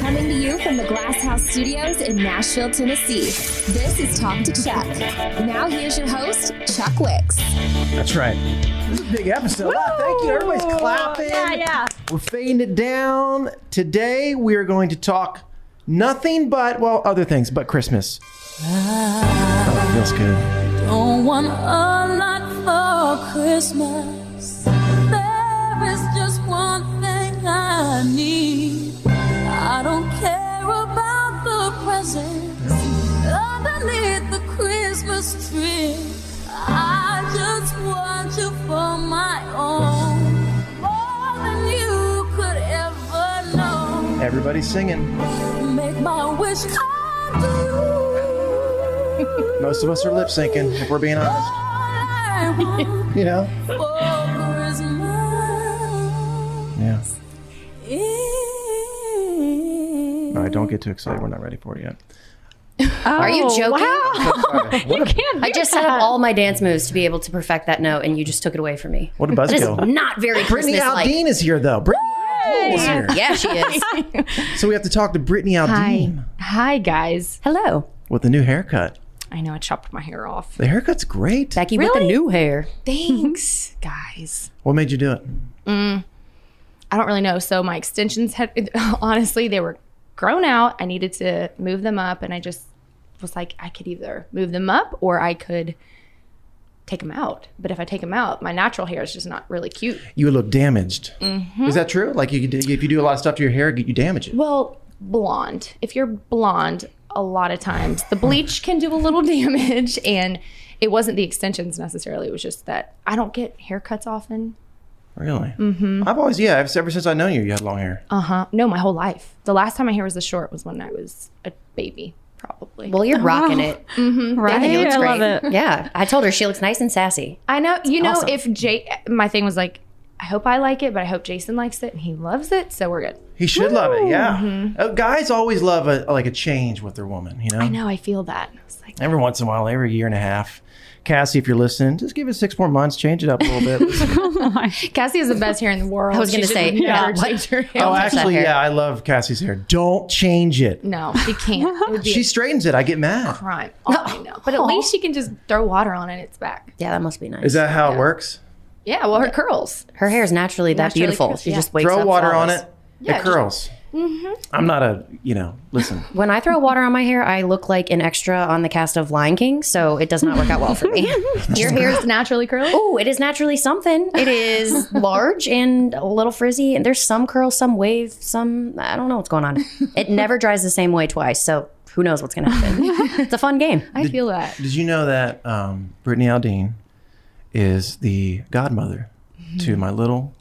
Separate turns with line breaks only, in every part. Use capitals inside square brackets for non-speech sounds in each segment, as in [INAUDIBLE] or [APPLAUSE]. Coming to you from the Glass House Studios in Nashville, Tennessee. This is Talk to Chuck. Now here's your host, Chuck Wicks.
That's right. This is a big episode. Wow, thank you. Everybody's clapping.
Yeah, yeah.
We're fading it down. Today we are going to talk nothing but well, other things, but Christmas.
Ah.
Oh, it feels good.
Don't want a lot for Christmas. There is just one thing I need. I don't care about the presents underneath the Christmas tree. I just want you for my own, more than you could ever know.
Everybody's singing.
Make my wish come true.
Most of us are lip syncing, if we're being honest.
I want
You know?
for Christmas
Yeah.
is-
All right, don't get too excited. We're not ready for it yet.
Are you
Oh,
Oh,
joking?
[LAUGHS]
[LAUGHS]
What a,
I just set up all my dance moves to be able to perfect that note, and you just took it away from me.
what a
That is
buzzkill.
not very
Brittany
Christmas-like.
Aldean is here, though. Brittany Aldean is here.
Yeah, she
[LAUGHS]
is.
So we have to talk to Brittany Aldean
Hi guys.
Hello,
with a new haircut.
I know I chopped my hair off.
The haircut's great.
Becky with the new hair. [LAUGHS]
Thanks, guys. Mm.
What made you do it?
I don't really know. So my extensions had [LAUGHS] honestly they were grown out. I needed to move them up, and I just was like, I could either move them up or I could take them out. But if I take them out, my natural hair is just not really cute.
you look damaged. Is that true? Like you, could- if you do a lot of stuff to your hair, you damage it.
Hmm? Well, blonde. If you're blonde, a lot of times the bleach can do a little [LAUGHS] damage, and it wasn't the extensions necessarily. It was just that I don't get haircuts often.
Really? Mm-hmm. I've always, yeah, ever, ever since I've known you, you had long hair.
Uh huh. No, my whole life. The last time my hair was this short was when I was a baby, probably. Mm-hmm.
Well, you're
[LAUGHS]
rocking it.
right. I,
think it looks great. Yeah, I told her she looks nice and sassy.
know. You know,
awesome.
if Jay, my thing was like, I hope I like it, but I hope Jason likes it, and he loves it, so we're good. Mm-hmm.
He should love it. Yeah. Uh, guys always love a like a change with their woman. You know.
No, I feel that. It's like,
Every once in a while, every year and a half, Cassie, if you're listening, just give it six more months, change it up a
[LAUGHS]
little bit.
Cassie has the best hair in the world.
I was gonna
Oh She should
say,
never
yeah, what?
change [LAUGHS] her hair.
oh, actually, yeah, I love Cassie's hair. Don't change it.
No, she can't. It would be
She straightens it. I get
a
mad.
crime. Oh, I know. But at least she can just throw water on it. It's back.
Yeah, that must be nice.
Is that how it works?
Yeah. Well, her [LAUGHS] curls.
Her hair is naturally that
Naturally
beautiful.
curls,
She
yeah.
just wakes
Throw
up
water on
flawless.
it.
Yeah,
it
just- Mm-hmm.
curls. I'm not a, you know, listen.
When I throw water on my hair, I look like an extra on the cast of Lion King, so it does not work out well for
[LAUGHS]
me.
Your hair is naturally curly.
Oh, it is naturally something. It is
[LAUGHS]
large and a little frizzy, and there's some curl, some wave, some I don't know what's going on.
[LAUGHS]
It never dries the same way twice, so who knows what's going to happen? it's a fun game.
I feel that.
Did you know that um, Brittany Aldean is the godmother to my little,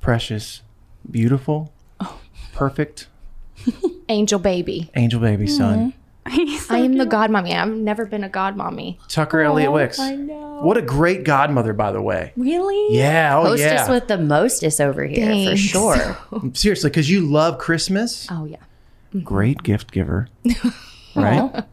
precious, beautiful, perfect
Angel baby.
angel baby son,
[LAUGHS] I am the godmommy. I've never been a godmommy.
Tucker Elliott Wicks? What a great godmother, by the way.
Really?
Yeah, oh
Hostess
yeah.
with the mostest over here for
Thanks. [LAUGHS]
sure.
[LAUGHS] Seriously, because you love Christmas.
Oh yeah.
Great gift
[LAUGHS]
giver, right?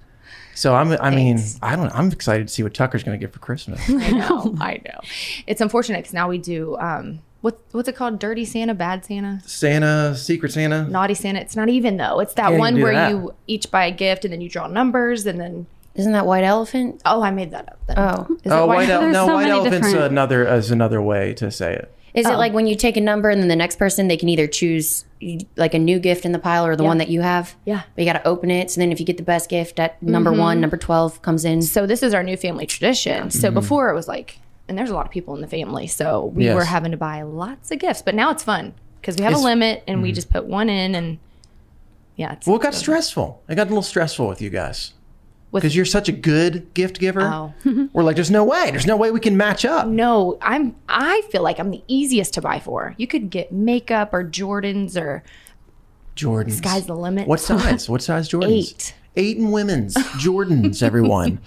So I'm. I mean, I don't. I'm excited to see what Tucker's going to get for Christmas.
[LAUGHS] I know. Oh, I know. It's unfortunate because now we do um what what's it called? Dirty Santa, bad Santa,
Santa, Secret Santa.
naughty Santa. It's not even though. It's that
Can't even
one
do
where
that.
you each buy a gift and then you draw numbers and then
Isn't that white elephant?
oh I made that up. Then.
Oh,
Is
Oh,
it [LAUGHS]
white
white?
elephant. No,
so
white
many
elephant's Oh.
different-
another is another way to say it.
is it like when you take a number and then the next person they can either choose like a new gift in the pile or the one that you have?
Yeah.
But you got to open it. So then if you get the best gift, that number one, number 12 comes in.
So this is our new family tradition. So
Mm-hmm.
before it was like, and there's a lot of people in the family, so we
Yes.
were having to buy lots of gifts. But now it's fun because we have
It's- Mm-hmm.
a limit and we just put one in, and yeah, it's
Well, it got stressful. It got a little stressful with you guys
With-
because you're such a good gift giver.
Oh. [LAUGHS]
We're like, there's no way. There's no way we can match up.
no. I'm I feel like I'm the easiest to buy for. You could get makeup or Jordans or
Jordan's.
sky's the limit. [LAUGHS]
What size? What size Jordans?
Eight.
Eight and
[LAUGHS]
women's Jordans. Everyone.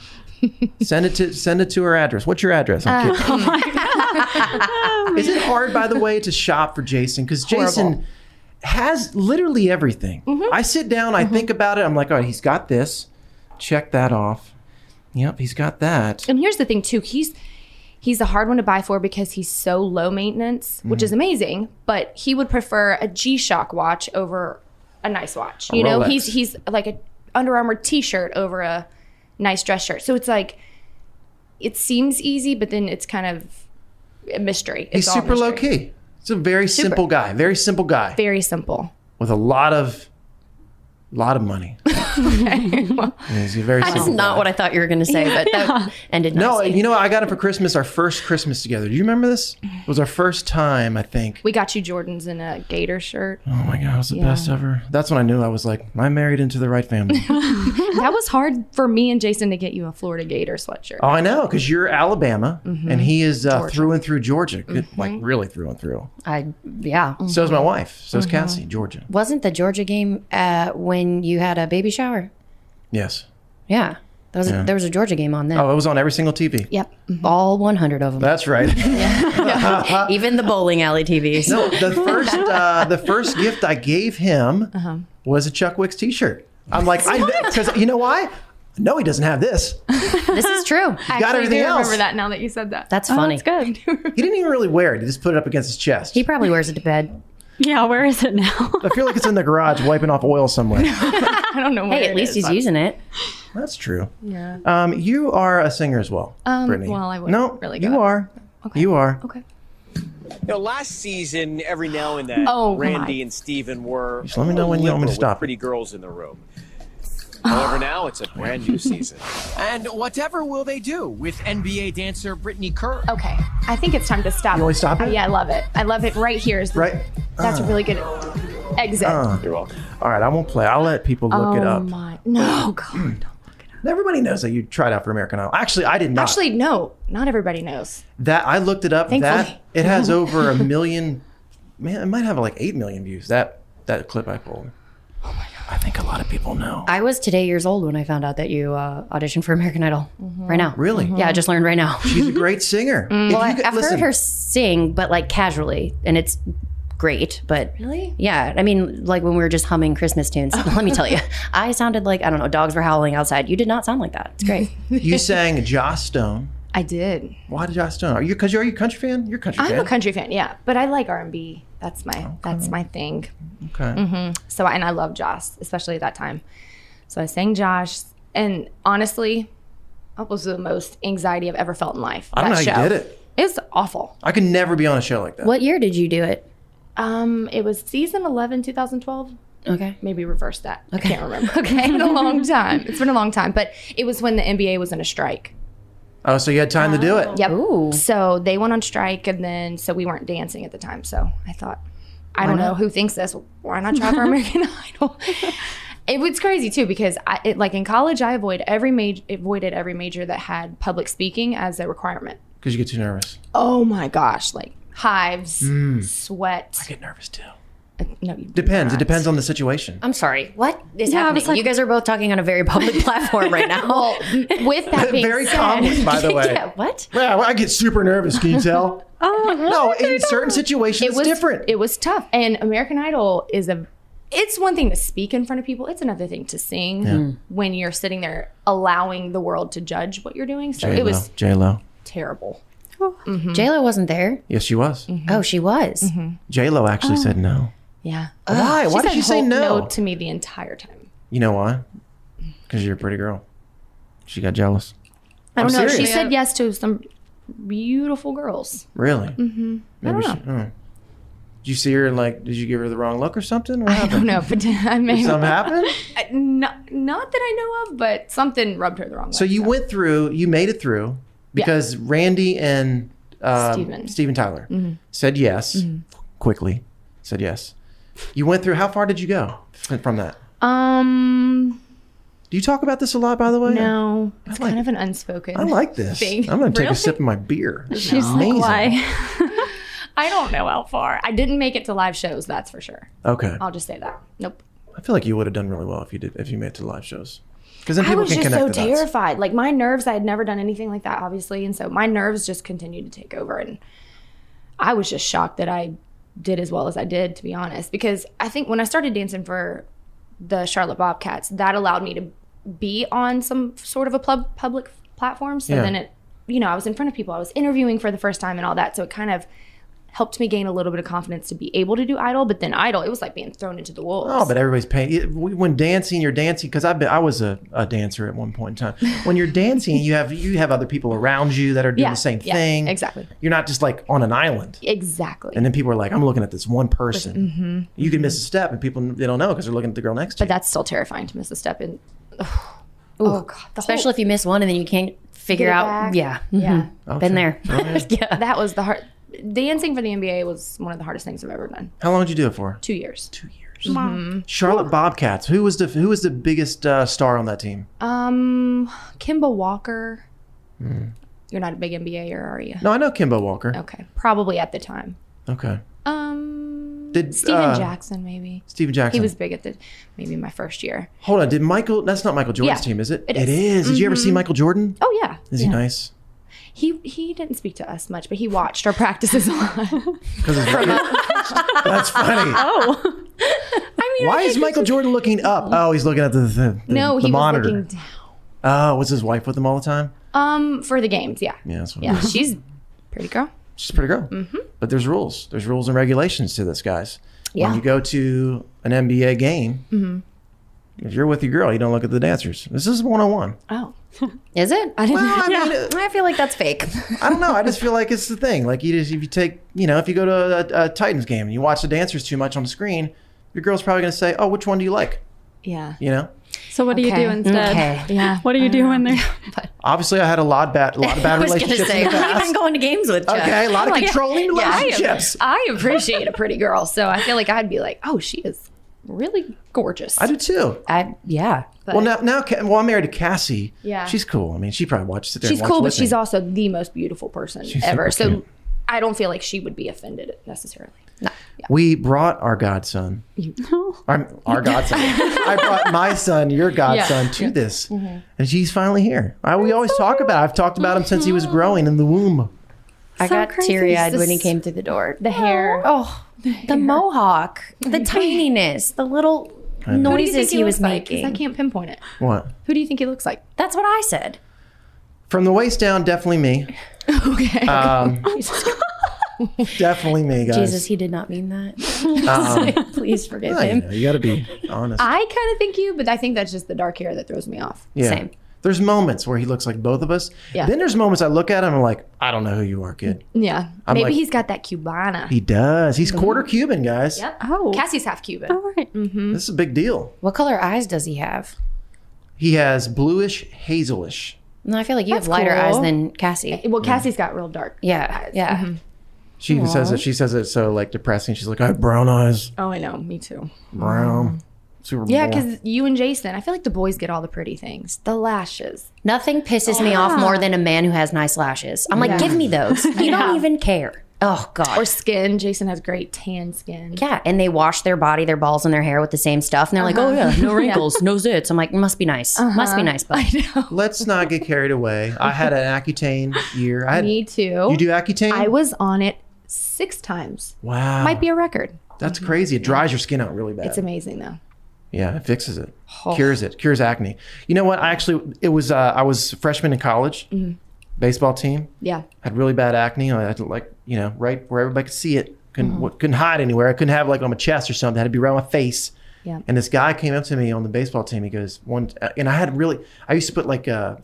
send it to send it to her address. What's your address?
Uh,
I'm
Oh,
kidding.
[LAUGHS]
Is it hard, by the way, to shop for Jason? Because Jason has literally everything. I sit down, I think about it. I'm like, all right, he's got this. Check that off. Yep, he's got that.
And here's the thing too, he's he's a hard one to buy for because he's so low maintenance, which
Mm-hmm.
is amazing, but he would prefer a G-Shock watch over a nice watch. you know,
Rolex.
he's he's like a Under Armour t-shirt over a nice dress shirt. So it's like it seems easy, but then it's kind of a mystery. It's
He's
all a
super low
mystery.
key. He's a very simple guy. Very simple guy
Very simple.
with a lot of, lot of money. he's a very
That's
simple
not
guy.
what I thought you were going to say, but [LAUGHS] that ended
No,
nicely.
you know, I got it for Christmas, our first Christmas together. Do you remember this? It was our first time, I think.
We got you Jordans in a gator
[LAUGHS]
shirt.
Oh my God, it was the best ever. That's when I knew I was like, I married into the right family.
that was hard for me and Jason to get you a Florida Gator sweatshirt.
oh, I know, because you're Alabama
Mm-hmm.
and he is uh, through and through Georgia, Good- like really through and through.
I, yeah.
So is my
Mm-hmm.
wife. So is Cassie, Georgia.
Wasn't the Georgia game uh, when you had a baby shower?
Yes.
Yeah. There was, A, there was a Georgia game on then.
Oh, it was on every single TV.
Yep.
Mm-hmm.
All 100 of them.
That's
[LAUGHS]
right. [LAUGHS] uh,
Even the bowling alley TVs.
No, the
[LAUGHS]
first uh, the first gift I gave him
Uh-huh.
was a Chuck Wicks T-shirt. I'm like, I because you know why? No, he doesn't have this.
[LAUGHS] This is true.
I
got everything
do
else.
remember that now that you said that.
That's funny.
Oh, Good. [LAUGHS]
He didn't even really wear it. He just put it up against his chest.
He probably wears it to bed.
Yeah, where is it now?
I feel like it's in
[LAUGHS]
the garage wiping off oil somewhere.
[LAUGHS] I don't know. Where
Hey,
it
at least
is.
he's using it.
That's true. Yeah. Um, you are a singer as well,
Um,
Brittany.
well, I wouldn't
no,
really go
You
that-
are. You are.
Okay.
know, last season, every now and then,
Oh,
Randy
my.
and Steven were
Just let me know when you want me to
with
stop.
pretty girls in the room. However, now it's a brand new season. And whatever will they do with NBA dancer Brittany Kerr?
Okay. I think it's time to stop.
You want me to stop
Uh,
it?
yeah, I love it. I love it right here. Is
Right.
That's a really good exit.
You're welcome.
Uh, All right, I won't play. I'll let people look
oh
it up. Hmm.
my. No, God. don't.
Everybody knows that you tried out for American Idol. Actually, I did not.
Actually, no. Not everybody knows.
that I looked it up. That
Thankfully.
it
[LAUGHS]
has over a million. Man, it might have like eight million views. That that clip I pulled. Oh my god! I think a lot of people know.
I was today years old when I found out that you uh, auditioned for American Idol. Right now.
Really?
Yeah, I just learned right now. [LAUGHS]
Mm.
She's a great singer. If
well,
you
I,
could-
I've
listen,
heard her sing, but like casually, and it's great, but
Really?
yeah, I mean, like when we were just humming Christmas tunes. Let me tell [LAUGHS] you, I sounded like I don't know, dogs were howling outside. You did not sound like that. It's [LAUGHS] great.
You sang Joss Stone.
I did.
Why did Joss Stone? Are you because you're a country fan? You're a country
I'm
fan.
a country fan, yeah, but I like R and B. That's my that's my thing.
Okay.
hmm So and I love Josh, especially at that time. So I sang Josh, and honestly, that was the most anxiety I've ever felt in life.
I don't know
that
how you
show.
did it.
It was awful.
I could never be on a show like that.
What year did you do it?
Um, it was season 11, 2012.
Okay.
Maybe reverse that. I can't remember. [LAUGHS] Okay. it's been a long time. It's been a long time, but it was when the NBA was in a strike.
Oh, so you had time to do it.
Yep. So they went on strike, and then so we weren't dancing at the time. So I thought, I
Why
don't know
not?
who thinks this. Why not try for [LAUGHS] American Idol? It was crazy too because I it, like in college I avoid every major avoided every major that had public speaking as a requirement.
Because you get too nervous.
Oh my gosh! Like hives,
Mm.
sweat. I
get nervous too.
No, you
Depends. It depends on the
[LAUGHS]
situation.
I'm sorry. What is
Yeah, I was
happening? you guys are both talking on a very [LAUGHS] public platform right now.
well, with that being
[LAUGHS] Very
said,
calmly,
[LAUGHS]
by the way.
what?
Well, I get super nervous. Can you tell?
Oh
no! In certain situations,
it was different. It was tough, and American Idol is a. It's one thing to speak in front of people. It's another thing to sing
Yeah. Mm.
when you're sitting there allowing the world to judge what you're doing. [LAUGHS] So
J
it
Lo.
was
J Lo.
terrible.
J Lo wasn't there.
Yes, she was.
Oh, she was.
J Lo actually
Mm-hmm. Oh.
said no.
Yeah.
Why? Why did
said
you say
whole-
no?
to me the entire time?
You know why? Because you're a pretty girl. She got jealous.
I don't
I'm
know. She
serious.
said yes to some beautiful girls.
Really?
Mm-hmm. I
Maybe
don't
she.
know.
oh.
[LAUGHS]
Did you see her like? Did you give her the wrong look or something? What
I don't know, but [LAUGHS] I may
Did something happen?
I- Not, not that I know of, but something rubbed her the wrong way.
So you went through. You made it through because Randy and um, Steven.
Steven.
Tyler
Mhm.
said yes
Mhm.
quickly. Said yes. You went through. How far did you go f- from that?
Um.
Do you talk about this a lot, by the way?
No, it's kind of an unspoken.
I like this.
thing.
I'm gonna take a
Really?
sip of my beer. This is
She's like,
amazing.
why? [LAUGHS] I don't know how far. I didn't make it to live shows. That's for sure.
Okay.
I'll just say that. Nope.
I feel like you would have done really well if you did if you made it to live shows. Because then
I
people
was
can
just
connect
so
the dots.
terrified. Like my nerves, I had never done anything like that, obviously, and so my nerves just continued to take over, and I was just shocked that I did as well as I did, to be honest. Because I think when I started dancing for the Charlotte Bobcats, that allowed me to be on some sort of a pub- public platform. So
Yeah.
then it, you know, I was in front of people, I was interviewing for the first time and all that. So it kind of helped me gain a little bit of confidence to be able to do Idol. But then Idol, it was like being thrown into the wolves.
Oh, but everybody's paying. it- we- When dancing, you're dancing because I've been, I was a, a dancer at one point in
[LAUGHS]
time. When you're dancing, you have you have other people around you that are doing the same
yeah,
thing.
Exactly.
You're not just like on an island.
Exactly.
And then people are like, I'm looking at this one person.
hmm
You can miss a step, and people they don't know because they're looking at the girl next to
But that's still terrifying to miss a step in.
Oh god. Especially if you miss one and then you can't figure
Get it
out.
back.
Yeah.
Mm-hmm.
Yeah.
Oh,
Mhm. Been there.
[LAUGHS]
[LAUGHS]
yeah. Mm-hmm. That was the hard. Dancing for the NBA was one of the hardest things I've ever done.
you. How long did you do it for?
Two years. Two
years.
hmm
Charlotte Bobcats. Who was the who was the biggest uh, star on that team?
Um, Kimba Walker.
Hmm.
You're not a big NBA, or are you?
No, I know Kimbo Walker.
Okay. Probably at the time.
Okay.
Um,
Did
Steven
uh,
Jackson maybe.
Steven Jackson.
He was big at the maybe my first year.
Hold on, did Michael? That's not Michael Jordan's
Yeah,
team, is it?
it
It is.
is.
Did you ever see
Mhm.
Michael Jordan?
Oh yeah.
Is
yeah.
he nice?
He he didn't speak to us much, but he watched our practices a lot.
Because [LAUGHS] that's funny.
[LAUGHS] Oh.
Why is Michael Jordan looking
[LAUGHS]
up? Oh, he's looking at the, the, the-
No,
the
he
monitor.
was looking down.
Oh, was his wife with him all the time?
Um, for the games, yeah.
Yeah, that's what it
Yeah,
is.
she's a pretty girl.
She's a pretty girl.
Mm-hmm.
But there's rules. There's rules and regulations to this, guys.
Yeah.
When you go to an NBA game,
Mm-hmm.
if you're with your girl, you don't look at the dancers. This is 101.
Oh.
Is it? [LAUGHS]
I didn't
Well, I mean,
I feel like that's fake.
I don't know. I just feel like it's the thing. Like you just if you take you know if you go to a, a Titans game and you watch the dancers too much on the screen, your girl's probably gonna say, "Oh, which one do you like?"
Yeah.
You know.
So what do you
Okay.
do instead?
Okay.
Yeah.
What do you do when they're
[LAUGHS]
Obviously, I had a lot bad, a lot of bad
[LAUGHS] I was gonna
relationships.
say,
in the
who you
past.
been going to games with? Chuck?
Okay, a lot of
Like,
controlling
yeah, I am-
relationships.
I, appreciate a pretty girl, so I feel like I'd be like, oh, she is really gorgeous.
I do too.
I yeah.
well, now now Ca- well, I'm married to Cassie.
Yeah.
she's cool. I mean, she probably watches sit there.
she's
and watch
cool, but
with me.
she's also the most beautiful person
She's
ever.
super
So
cute.
I don't feel like she would be offended necessarily.
We brought our godson. I'm, our godson. I brought my son,
[LAUGHS]
your godson,
Yeah. Mm-hmm.
to this, and she's finally here. I, we always talk about. I've talked about him since he was growing in the womb.
Oh. I
So
got
crazy.
teary eyed when he
This-
came through the door.
The hair.
Oh,
[LAUGHS]
the mohawk, the tininess, the little
I know. Who do you
noises
think he
he was
looks like? 'Cause
making.
I can't pinpoint it.
What?
Who do you think he looks like?
That's what I
[LAUGHS]
[LAUGHS]
said.
From the waist down, definitely
[LAUGHS]
me. okay. Um, definitely me, guys.
Jesus, he did not mean that.
Um,
Please forgive
I
him.
know, you got to
[LAUGHS]
be honest.
I kind of think you, but I think that's just the dark hair that throws me off.
yeah. There's moments where he looks like both of us.
Yeah.
Then there's moments I look at him and I'm like, I don't know who you are, kid.
Yeah.
I'm
Maybe
like-
he's got that Cubana.
He does. He's quarter Cuban, guys.
Yep. Oh. Cassie's half Cuban. Mm-hmm.
This is a big deal.
What color eyes does he have?
He has bluish, hazelish.
No, I feel like you
That's
have lighter
cool. Eh,
eyes than Cassie.
Well, Cassie's got real dark. Mm-hmm.
Yeah, yeah.
She even says
Aw.
it. She says it so like depressing. She's like, I have brown eyes,
Oh, I know. Me too.
brown, super.
Yeah,
brown."
[LAUGHS] because you and Jason, I feel like the boys get all the pretty things, the lashes. Ah.
Nothing pisses me off
Yeah.
more than a man who has nice lashes. I'm like,
Yeah.
give
[LAUGHS]
me those. You
Yeah.
don't even care. Oh God.
Or skin. Jason has great tan skin.
yeah, and they wash their body, their balls, and their hair with the same stuff, and they're like,
Uh-huh.
"Oh yeah,
[LAUGHS]
no
Yeah.
wrinkles, no zits." I'm like, "Must be nice, must be
Uh-huh.
nice." But
Let's not get carried away. I had an Accutane year. I had,
Me too.
You do Accutane?
I was on it six times.
Wow.
Might be a record.
That's crazy. It dries your skin out really bad.
It's amazing though.
Yeah, it fixes it,
Oh.
cures it, cures acne. You know what? I actually, it was uh, I was a freshman in college,
Mhm.
baseball team.
Yeah.
had really bad acne. I had to like you know right where everybody could see it. Couldn't
Mm-hmm.
w- couldn't hide anywhere. I couldn't have like on my chest or something. Had to be around my face.
Yeah.
And this guy came up to me on the baseball team. He goes one, and I had really. I used to put like uh,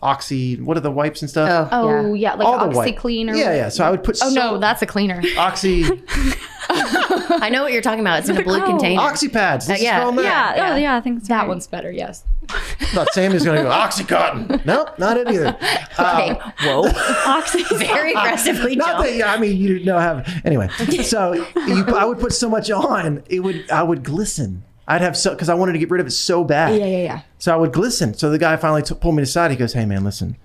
oxy. What are the wipes and stuff?
Oh yeah, like
All the white.
OxyClean or
Yeah, yeah. So I would put.
Oh no,
so-
that's a cleaner. [LAUGHS]
Oxy
[LAUGHS] I know what you're talking about. It's in a
oh,
blue container. Uh,
oxy pads. Let's
yeah.
throw 'em in.
Uh, yeah, I think that one's better. [LAUGHS] Yes.
Thought Sammy's gonna go OxyContin. No, not it either. Um, whoa,
Oxy
[LAUGHS]
[LAUGHS]
very aggressively.
Not
jumped.
that yeah, I mean you know have anyway. So you, I would put so much on it would I would glisten. I'd have so because I wanted to get rid of it so bad.
Yeah, yeah, yeah.
So I would glisten. So the guy finally t- pulled me aside. He goes, "Hey man, listen,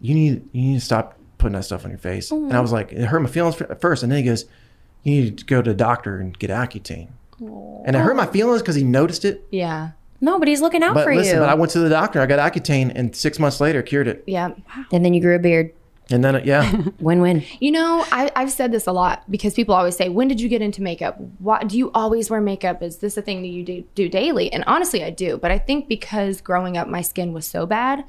you need you need to stop putting that stuff on your face." And I was like, it hurt my feelings fir- at first, and then he goes, "You need to go to the doctor and get Accutane." And it hurt my feelings because he noticed it.
Yeah.
No, but he's looking out
But
for
listen,
you.
but I went to the doctor. I got Accutane, and six months later, cured it.
Yeah.
and then you grew a beard.
And then, it,
[LAUGHS]
yeah,
[LAUGHS] Win-win.
You know, I, I've said this a lot because people always say, "When did you get into makeup? Why do you always wear makeup? Is this a thing that you do, do daily?" And honestly, I do, but I think because growing up, my skin was so bad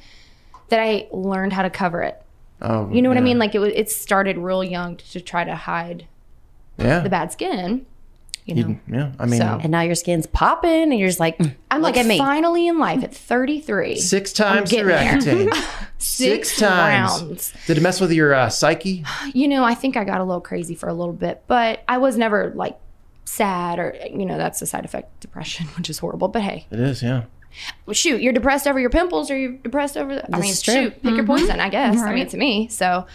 that I learned how to cover it.
oh,
You know what I
yeah.
mean? Like it, was, it started real young to, try to hide
Yeah,
the bad skin. You know,
You- yeah. I mean,
So-
And now your skin's popping, and you're just like, "Mm,
I'm
look
like
at me.
finally in life at 33.
six times the
getting there. [LAUGHS]
Accutane.
Six rounds.
Did it mess with your uh, psyche?
you know, I think I got a little crazy for a little bit, but I was never like sad or you know that's a side effect of depression [LAUGHS] which is horrible but hey
It is, yeah.
shoot you're depressed over your pimples or you're depressed over i
This
mean
is true. Mm-hmm.
shoot pick your poison i guess i mean
Right.
to me so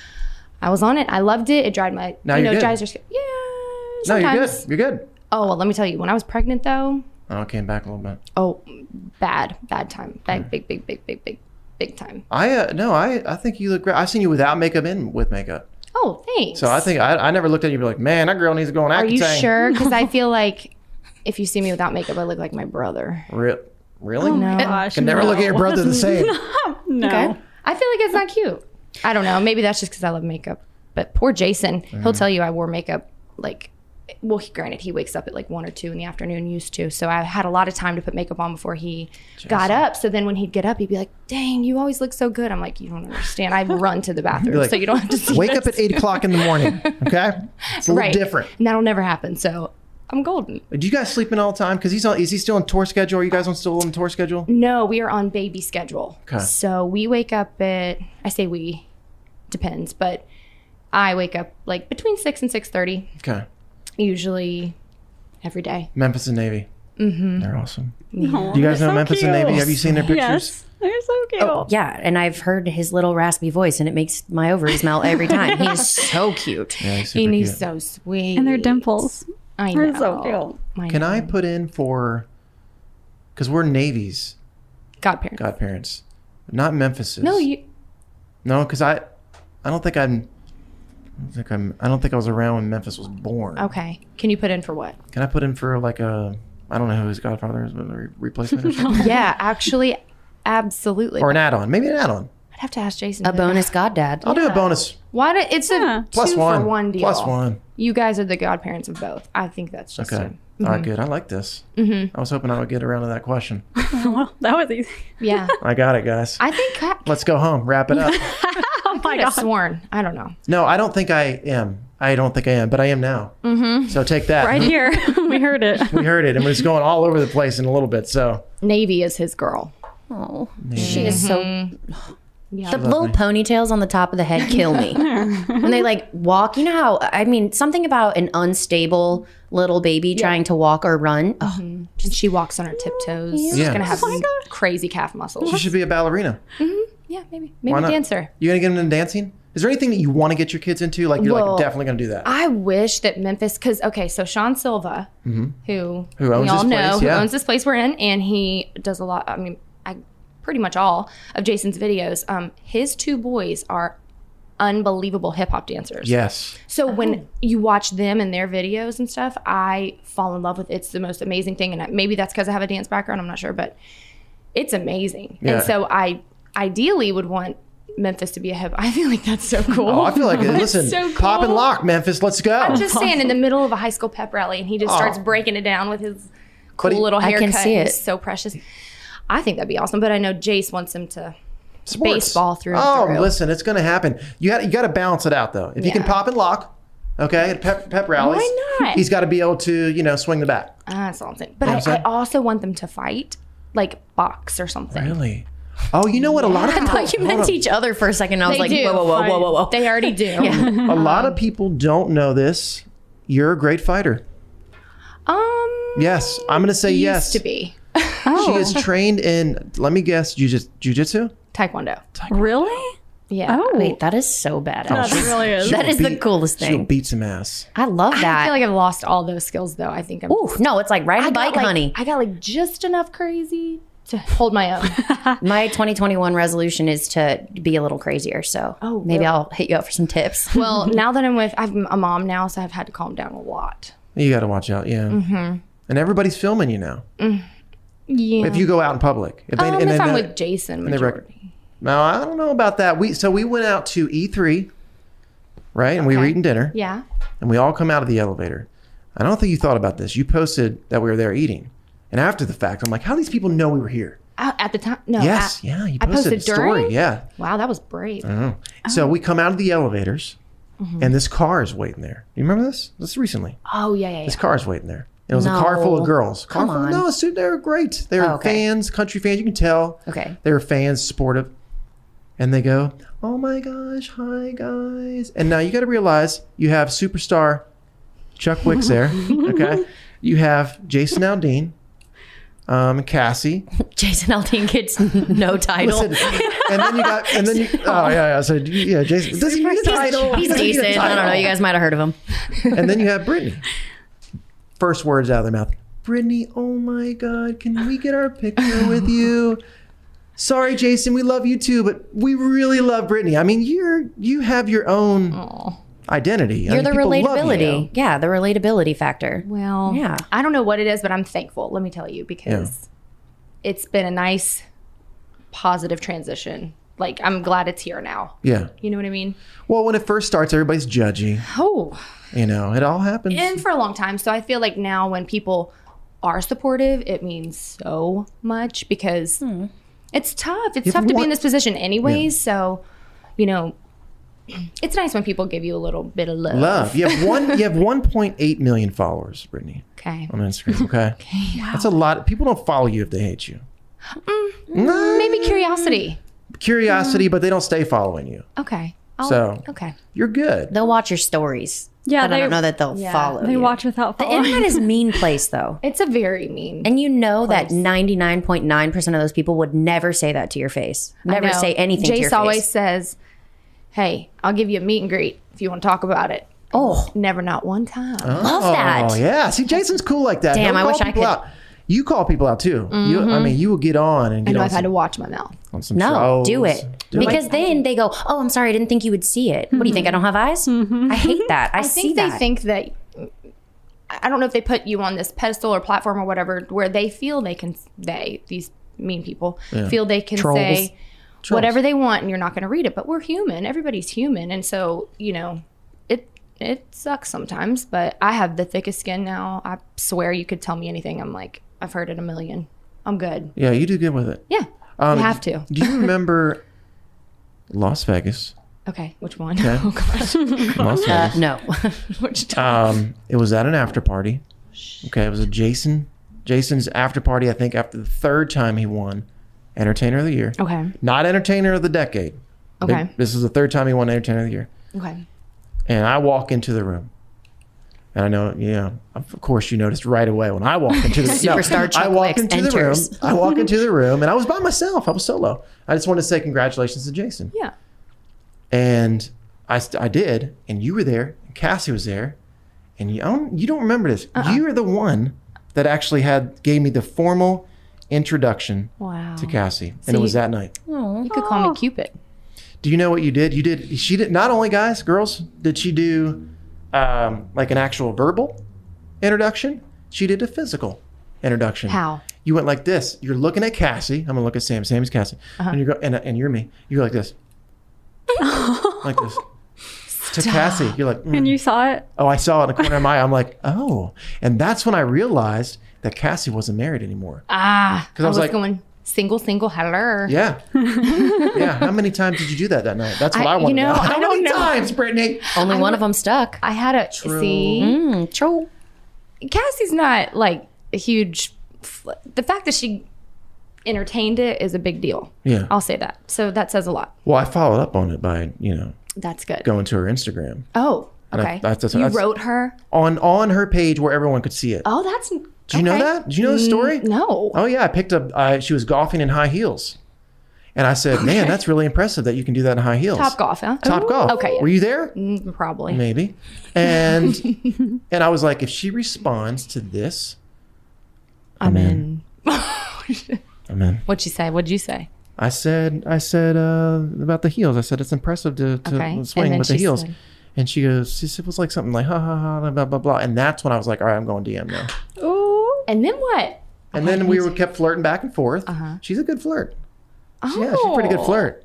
i was on it i loved it it dried my
Now
you
you're
know
good.
dries your skin yeah
No, you're good.
sometimes.
You're good.
oh well let me tell you when i was pregnant though
Oh, it came back a little bit.
oh bad bad time
Mm.
bad big big big big big big time
I uh, no, I I think you look great. I've seen you without makeup and with makeup.
oh thanks
So I think I, I never looked at you and be like, man, that girl needs to go on Accutane.
Are you sure?
[LAUGHS]
Because I feel like if you see me without makeup, I look like my brother.
[LAUGHS] Re- really?
Oh,
No.
gosh, Can never look at your no. brother the same.
no.
I feel like it's not cute. I don't know. Maybe that's just because I love makeup. But poor Jason, he'll tell you I wore makeup like. Well, he, granted, he wakes up at like one or two in the afternoon, used to. So I had a lot of time to put makeup on before he got up. So then when he'd get up, he'd be like, "Dang, you always look so good." I'm like, "You don't understand. I
[LAUGHS]
run to the bathroom,
You're like,
so you don't have to see
Wake
this."
up at eight o'clock in the
[LAUGHS]
morning. Okay, it's a little
right.
different.
and that'll never happen. So I'm golden.
Do you guys sleep in all the time? Because he's on. Is he still on tour schedule? Are you guys on still on tour schedule?
No, we are on baby schedule.
Okay.
So we wake up at I say we depends, but I wake up like between six and six thirty
Okay.
usually every day.
Memphis and Navy.
Mm-hmm.
They're awesome.
Yeah.
Do you guys know Memphis and Navy? Have you seen their pictures?
[LAUGHS] They're so cute.
Oh,
Yeah, and I've heard his little raspy voice, and it makes my ovaries melt every time. He is so cute.
Yeah, he's
And
super
he's
cute.
so sweet.
And their dimples.
I know.
They're so cute.
My
Can I put in for? Because we're Navy's
godparents.
godparents, not Memphis's.
No, you
No, because I, I don't think I'm. I don't think I'm. I don't think I was around when Memphis was born.
okay. Can you put in for [LAUGHS] what?
Can I put in for like a? I don't know who his
[LAUGHS]
godfather is, but a re- replacement or, something?
yeah, actually absolutely.
or an add-on, maybe an add-on.
I'd have to ask Jason.
A bonus goddad.
I'll do a bonus.
Why do, it's a two
Plus one.
for one deal.
Plus one.
You guys are the godparents of both. I think that's just mm-hmm.
Okay. All right, good. I like this.
Mhm.
I was hoping I would get around to that question.
well, [LAUGHS] that was easy. Yeah.
I got it, guys.
I [LAUGHS] think I,
Let's go home. Wrap
[LAUGHS]
it up.
I could have sworn. I don't know.
No, I don't think I am. I don't think I am, but I am now.
Mm-hmm.
So take that. [LAUGHS]
Right here. [LAUGHS]
we heard it.
we heard it, and it's going all over the place in a little bit. So
Navy is his girl. Mm-hmm.
Oh,
Navy.
she is so. The
She loves
little
me.
ponytails on the top of the head kill
[LAUGHS]
[LAUGHS]
me. when they like walk, you know how I mean, something about an unstable little baby trying to walk or run. Oh,
And she walks on her tiptoes. She's
Yeah.
gonna have
Oh my
crazy calf [LAUGHS] muscles.
she should be a ballerina.
Mm-hmm. yeah, maybe.
Why
Maybe
not?
dancer.
You gonna get them into dancing? Is there anything that you want to get your kids into? Like you're
Well,
like definitely gonna do that.
I wish that Memphis, because okay, so Sean Silva,
mm-hmm.
who,
Who owns
we all
this
know,
place,
who
yeah.
owns this place we're in, and he does a lot. I mean, I pretty much all of Jason's videos. Um, his two boys are unbelievable hip hop dancers.
Yes.
So when you watch them and their videos and stuff, I fall in love with it. It's the most amazing thing, and I- maybe that's because I have a dance background. I'm not sure, but it's amazing.
Yeah.
And so I ideally would want Memphis to be a hip. I [LAUGHS] feel like that's so cool.
Oh, I feel
[LAUGHS]
like
It's
listen,
so
pop and
cool.
lock, Memphis. Let's go.
I'm just saying, in the middle of a high school pep rally, and he just
Aw.
starts breaking it down with his
Oh. But
cool
he-
little
I
haircut.
can see
and
it.
It's so precious. I think that'd be awesome, but I know Jace wants him to
Sports.
baseball through.
Oh,
and through.
listen, it's gonna happen. You got you got to balance it out though. If you can
Yeah.
pop and lock, okay, at pep, pep rallies.
Why not?
He's got to be able to you know swing the bat.
Ah, that's all I'm saying. But
You know what I'm
I, I
saying?
also want them to fight, like box or something.
Really? Oh, you know what? A lot of
I
people.
thought you meant
hold on.
each other for a second. I was
They
like,
do.
whoa, whoa, whoa, whoa, whoa, whoa.
They
[LAUGHS]
already do.
a lot of people don't know this. You're a great fighter.
Um.
Yes, I'm gonna say
used
yes.
to be Oh.
She is trained in. Let me guess, Oh, jujitsu. jujitsu?
taekwondo.
Really?
Yeah.
Oh.
Wait, that is so badass.
No, she-
really is.
That
She'll
is the
beat-
coolest
She'll
thing.
beat some ass.
I love that.
I feel like I've lost all those skills though. I think I'm.
Ooh, no, it's like ride a
I got,
bike,
like-
honey.
I got like just enough crazy to hold my own.
My 2021 resolution is to be a little crazier. So
Oh,
maybe
well.
I'll hit you up for some
[LAUGHS] [LAUGHS]
tips.
well, now that I'm with, I'm a mom now, so I've had to calm down a lot.
You got to watch out. Yeah.
Mm-hmm.
And everybody's filming you now.
Yeah.
If you go out in public, if
um,
and
if
then
I'm
that-
with Jason,
and they rec- no, I don't know about that. We so we went out to E3, right? And we were eating dinner,
yeah.
and we all come out of the elevator. I don't think you thought about this. You posted that we were there eating, and after the fact, I'm like, how do these people know we were here?
I, Uh, at the time, no.
yes,
I,
yeah, you
I
posted,
posted
a story.
during? Oh.
Yeah,
Wow, that was brave. Mm-hmm.
I don't know. So we come out of the elevators, and this car is waiting there. You remember this? This is recently.
Oh yeah, yeah, yeah.
This car is waiting there. And It was a car full
No.
of girls. Car
Come
full,
on.
No, so they were great. They were
Oh, okay.
fans, country fans. You can tell
Okay.
they were fans, supportive. And they go, "Oh my gosh, hi [LAUGHS]
[LAUGHS]
guys!" And now you got to realize you have superstar Chuck Wicks
[LAUGHS]
there. Okay, you have Jason Aldean, um, and Cassie.
Jason Aldean gets no title.
[LAUGHS] Listen, and then you got, and then you, oh yeah, yeah. So yeah, Jason doesn't even get a title.
[LAUGHS] He's
Doesn't even get a
decent. I don't know.
title.
You guys might have heard of him.
And then you
[LAUGHS]
have Brittany. First words out of their mouth. Brittany, oh my God, can we get our picture with you? Sorry, Jason, we love you too, but we really love Brittany. I mean, you're you have your own identity.
You're the relatability. Yeah, the relatability factor.
Well,
Yeah.
I don't know what it is, but I'm thankful. Let me tell you because it's been a nice, positive transition. Like I'm glad it's here now.
Yeah.
You know what I mean?
Well, when it first starts, everybody's judgy.
Oh,
You know, it all happens.
and for a long time. So I feel like now when people are supportive, it means so much because
Hmm.
it's tough. It's
If
tough to be
one-
in this position anyways. So, you know, it's nice when people give you a little bit of love.
Love. You have
[LAUGHS]
one. You have 1.8 million followers, Brittany,
Okay.
on Instagram.
[LAUGHS]
Okay. That's a lot. People don't follow you if they hate you.
Mm-hmm.
Mm.
Maybe curiosity.
Curiosity, but they don't stay following you.
Okay. I'll-
So-
okay.
You're good.
They'll watch your stories.
Yeah,
but I
they-
don't know that they'll
yeah,
follow.
They
you.
watch without
The
following.
internet
[LAUGHS]
is a mean place, though.
It's a very mean.
And you know that 99.9% of those people would never say that to your face. Never
I know.
say anything
Jace
to your
always
face.
says, "Hey, I'll give you a meet and greet if you want to talk about it."
Oh,
Never, not one time.
love that.
Oh yeah, see, Jason's cool like that. He'll
Damn, I
call
wish I
people
could- Mm-hmm.
Out. You call people out too. You, I mean, you will get on and
I
get
know
on,
I've had
some,
to watch my mouth.
on some
No,
shows.
do it.
Do
because then they go, "Oh, I'm sorry, I didn't think you would see it." What do you think? I don't have eyes? I hate that.
Mm-hmm. [LAUGHS]
I,
I
see
think they
that.
think that. I I don't know if they put you on this pedestal or platform or whatever, where they feel they can. They these mean people
Yeah.
feel they can
Trolls.
say,
Choice.
whatever they want, and you're not going to read it. But we're human. Everybody's human, and so you know, it it sucks sometimes. But I have the thickest skin now. I swear, you could tell me anything. I'm like, I've heard it a million. I'm good.
Yeah, you do good with it. Um,
Yeah, you have to.
do you
[LAUGHS]
remember Las Vegas?
Okay, which one?
Okay.
[LAUGHS] Oh gosh.
Las
Uh,
Vegas.
no. [LAUGHS]
Um, it was at an after party.
Oh,
Okay, it was a Jason. Jason's after party. I think after the third time he won Entertainer of the Year.
Okay.
Not Entertainer of the Decade. Big-
Okay.
this is the third time he won Entertainer of the Year.
Okay.
And I walk into the room. And I know, you know, of course you noticed right away when I walk into the
Superstar
no, I
Chuck
walk
Wicks
into
enters.
the room. I walk into the room and I was by myself. I was solo. I just wanted to say congratulations to Jason.
Yeah.
And I, st- I did, and you were there, and Cassie was there, and you I don't, you don't remember this. You are the one that actually had gave me the formal introduction
Wow.
to Cassie, and
So
it was
you-
that night.
You could call me Cupid.
Do you know what you did? You did. She did not only guys, girls. Did she do um, like an actual verbal introduction? She did a physical introduction.
How?
You went like this. You're looking at Cassie. I'm gonna look at Sam. Sammy's Cassie,
Uh-huh.
and you go and, and you're me. You go like
[LAUGHS]
this, like this to Cassie. You're like, mm.
And you saw it?
oh, I saw it in the corner of
[LAUGHS]
my eye. I'm like, oh, and that's when I realized that Cassie wasn't married anymore.
Ah,
'Cause I was like-
going single, single, hello. [LAUGHS]
Yeah, yeah. How many times did you do that that night? That's what I,
I- you
wanted.
know,
to
[LAUGHS]
know.
I
[LAUGHS] How many
don't know.
times, Brittany?
Only
I
one
would-
of them stuck.
I had a
True.
see.
Mm, true.
Cassie's not like a huge. f- The fact that she entertained it is a big deal.
Yeah.
I'll say that. So that says a lot.
Well, I followed up on it by you know
That's good.
going to her Instagram
Oh,
And I-
okay.
that's- that's-
you
that's-
wrote her.
on on her page where everyone could see it.
Oh, that's.
Did you know
okay.
that? Did you know the story?
Mm, No.
Oh yeah, I picked up. I, she was golfing in high heels, and I said, "Man, that's really impressive that you can do that in high heels."
Top golf, huh?
Top golf.
Okay. yeah.
Were you there?
Mm, Probably.
Maybe. And and [LAUGHS] I was like, if she responds to this,
I'm in.
I'm in.
What'd she say? What'd you say?
I said, I said uh, about the heels. I said it's impressive to, to
Okay. And
swing
then
with the
she
heels.
said-
And she goes, she said, it was like something like ha ha ha blah blah blah. And that's when I was like, all right, I'm going DM now.
Ooh. And then what?
And then we were kept flirting back and forth.
Uh-huh.
She's a good flirt. She- Yeah, she's a pretty good
Oh.
flirt.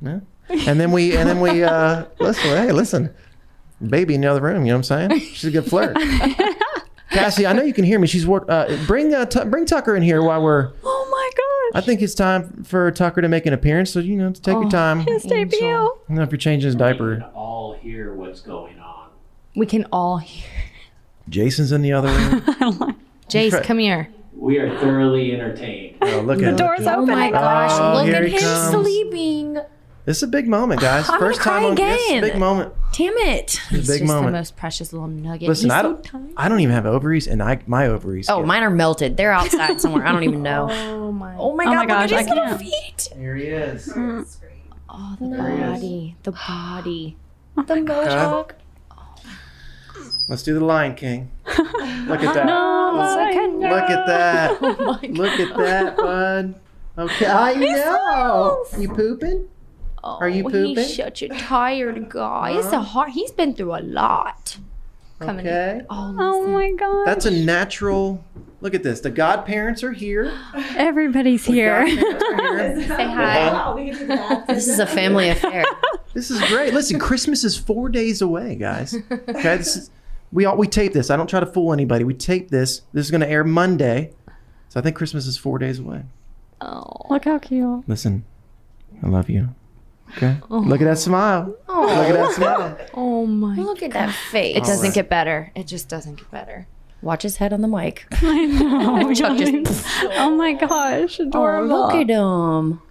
Yeah. And then we and then we
[LAUGHS]
uh listen, hey, listen. Baby in the other room, you know what I'm saying? She's a good
[LAUGHS]
flirt. Cassie, I know you can hear me. She's wor- uh bring uh, Tu- bring Tucker in here while we're
Oh my
I think it's time for Tucker to make an appearance, so you know, to
Oh.
Oh.
take your time. I
gosh. His debut.
don't know if you're changing his diaper.
all hear what's going on.
We can all hear.
Jason's in the other room.
Jace, come here.
[LAUGHS] We are thoroughly entertained.
Oh, look
The
at
door's
look at-
opening. Oh my gosh,
Oh,
look
here
at
he
him
comes.
Sleeping.
This is a big moment, guys.
I'm gonna
First time
cry
on this is a
again.
big moment.
Damn it.
It's a big moment.
most precious little nugget.
Listen, I
[LAUGHS]
don't, I don't even have ovaries, and I my ovaries.
Oh, mine are melted. They're outside somewhere. I don't even know.
[LAUGHS] Oh my.
Oh my
Oh
god,
my gosh,
look
I
at his little
can't.
feet.
Here he is.
Oh, the
There he is.
body. The body.
The mohawk.
Let's do the Lion King. Look at that. Look
Look
at that.
Oh my
Look at that, bud. Okay, I know. You pooping? Are you pooping?
Oh, He's such a tired guy. It's a hard. He's been through a lot. Coming
Okay.
in. Oh,
Oh my god.
That's a natural. Look at this. The godparents are here.
Everybody's here. [LAUGHS]
say hi.
This is a family affair.
This is great.
[LAUGHS]
Listen, Christmas is four days away, guys. Okay, this is, we all we tape this. I don't try to fool anybody. We tape this. This is going to air Monday, so I think Christmas is four days away.
Oh.
Look how cute.
Listen, I love you. Okay. Look at that smile. Look at that smile.
Oh my.
Look at that face.
It doesn't
right.
get better. It just doesn't get better.
Watch his head on the mic.
I know.
[LAUGHS] Chuck just-
[LAUGHS]
guys. oh my gosh,
Oh,
adorable.
look at
Um.
him.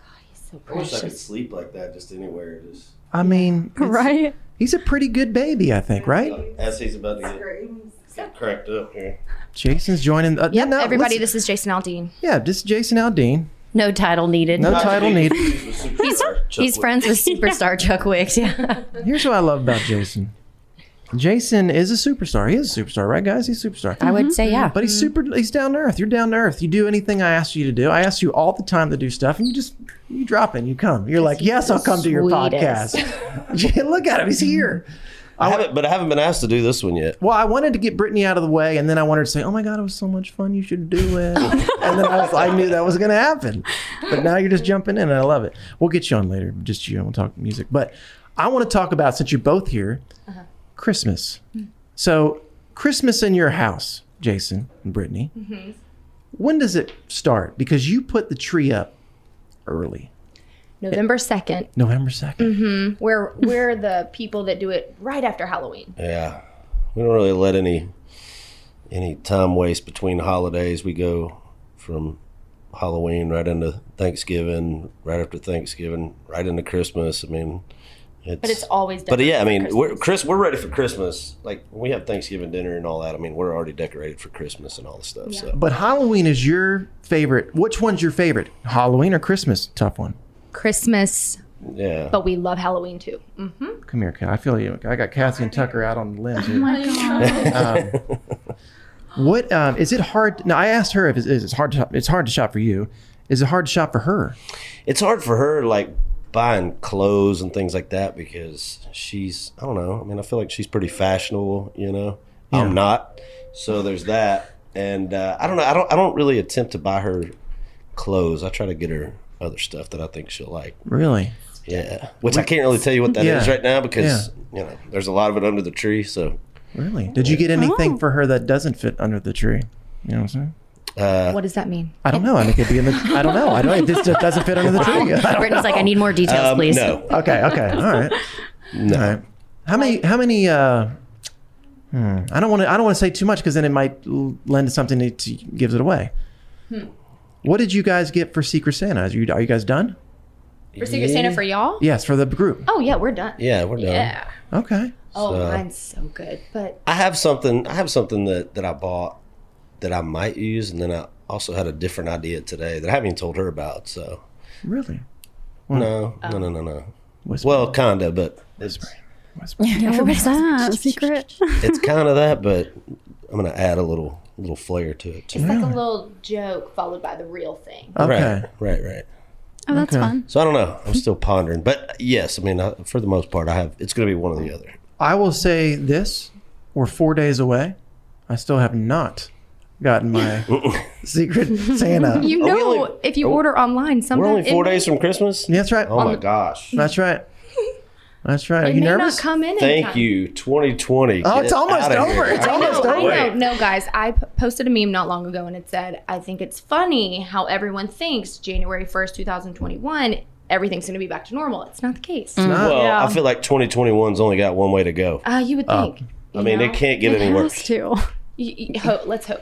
I wish I could sleep like that just anywhere. Just
I
[LAUGHS]
mean, it's-
right?
He's a pretty good baby, I think, right?
as he's about to get, get cracked up here.
Jason's joining. Uh,
Yep.
no,
everybody,
listen-
this is Jason Aldean.
yeah, this is Jason Aldean.
No title needed.
No title needed.
He's, he's friends with [LAUGHS] superstar Chuck Wicks. Yeah.
Here's what I love about Jason. Jason is a superstar. He is a superstar, right, guys? He's a superstar.
I would say, yeah.
But he's super. He's down to earth. You're down to earth. You do anything I ask you to do. I ask you all the time to do stuff, and you just you drop in. You come. You're like, yes, I'll come to your [LAUGHS]
sweetest.
podcast. Look at him. He's here.
I haven't, but I haven't been asked to do this one yet.
Well, I wanted to get Brittany out of the way, and then I wanted to say, "Oh my God, it was so much fun! You should do
[LAUGHS]
it." and then I, was, I knew that was going to happen, but now you're just jumping in, and I love it. We'll get you on later, just you. know, We'll talk music, but I want to talk about since you're both here,
Uh-huh.
Christmas. So Christmas in your house, Jason and Brittany.
Mhm.
When does it start? Because you put the tree up early,
November 2nd.
November second.
Mm-hmm. We're, we're the people that do it right after Halloween.
Yeah, we don't really let any any time waste between holidays. We go from Halloween right into Thanksgiving, right after Thanksgiving, right into Christmas. I mean, it's
But it's always
but yeah, I mean,
decorated for
we're Chris, we're ready for Christmas. Like when we have Thanksgiving dinner and all that. I mean, we're already decorated for Christmas and all the stuff. So
But Halloween is your favorite. Which one's your favorite? Halloween or Christmas? Tough one.
Christmas,
Yeah.
but we love Halloween too. Mm-hmm.
Come here, Kat. I feel you. I got Kathy and Tucker out on the limb. here.
[LAUGHS] my God.
Um, what um, is it hard? Now I asked her if it's, it's hard. To, shop- it's hard to shop for you. Is it hard to shop for her?
it's hard for her like buying clothes and things like that because she's I don't know. I mean, I feel like she's pretty fashionable, you know. I'm not. So there's that. And uh, I don't know. I don't I don't really attempt to buy her clothes. I try to get her other stuff that I think she'll like.
Really?
Yeah. Which I can't really tell you what that is
Yeah.
right now because you know, there's a lot of it under the tree, so
Really? Did you get
Oh.
anything for her that doesn't fit under the tree? You know what I'm saying?
Uh,
what does that mean?
I don't know. I think it'd be in the. I don't know. I don't. It just doesn't fit under the
[LAUGHS]
tree. I don't
Brittany's like,
know.
I need more details,
Um,
please.
no. Okay. Okay. All
[LAUGHS]
right. No. All right. How many? How many? Uh, hmm, I don't want to. I don't want to say too much because then it might l- lend to something that t- gives it away.
Hmm.
What did you guys get for Secret Santa? Are you, are you guys done?
For Secret Santa for y'all?
Yes, for the group.
Oh, yeah, we're done.
Yeah, we're done.
Yeah.
Okay.
Oh,
So-
mine's so good. But
I have something. I have something that that I bought that I might use, and then I also had a different idea today that I haven't even told her about. So
Really?
no,
Oh.
no, no, no, no. Well, kinda, but it's,
Yeah, what's that? Secret?
it's kind of that, but I'm gonna add a little little flair to it. Too.
it's like a little joke followed by the real thing.
Right, right, right.
Oh, that's fun.
So I don't know. I'm still pondering, but yes, I mean, I, for the most part, I have. It's gonna be one or the other.
I will say this: we're four days away. I still have not gotten my Secret Santa.
You know, if you
are we-
order online, sometimes. it-
from Christmas.
That's right.
Oh my gosh.
That's right. That's right. Are
It
you
may not
nervous?
come in
Thank
anytime.
you, 2020.
Oh,
Get
it's almost
outta
over.
here.
It's
I
I know,
can't
I
wait.
know. No, guys, I p- posted a meme not long ago and it said, I think it's funny how everyone thinks January 1st, 2021, everything's going to be back to normal. It's not the case.
Well, I feel like 2021's only got one way to go.
Mm. Uh, you would
Up.
Oh.
think.
I mean, it can't get any worse.
too.
Y- y- hope, let's hope.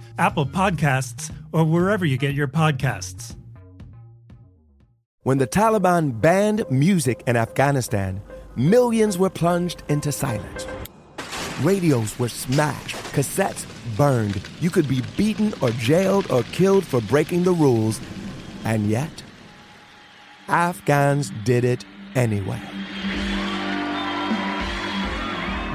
Apple Podcasts, or wherever you get
[LAUGHS]
your podcasts.
When the Taliban banned music in Afghanistan, millions were plunged into silence. Radios were smashed, cassettes burned. You could be beaten or jailed or killed for breaking the rules. And yet, Afghans did it anyway.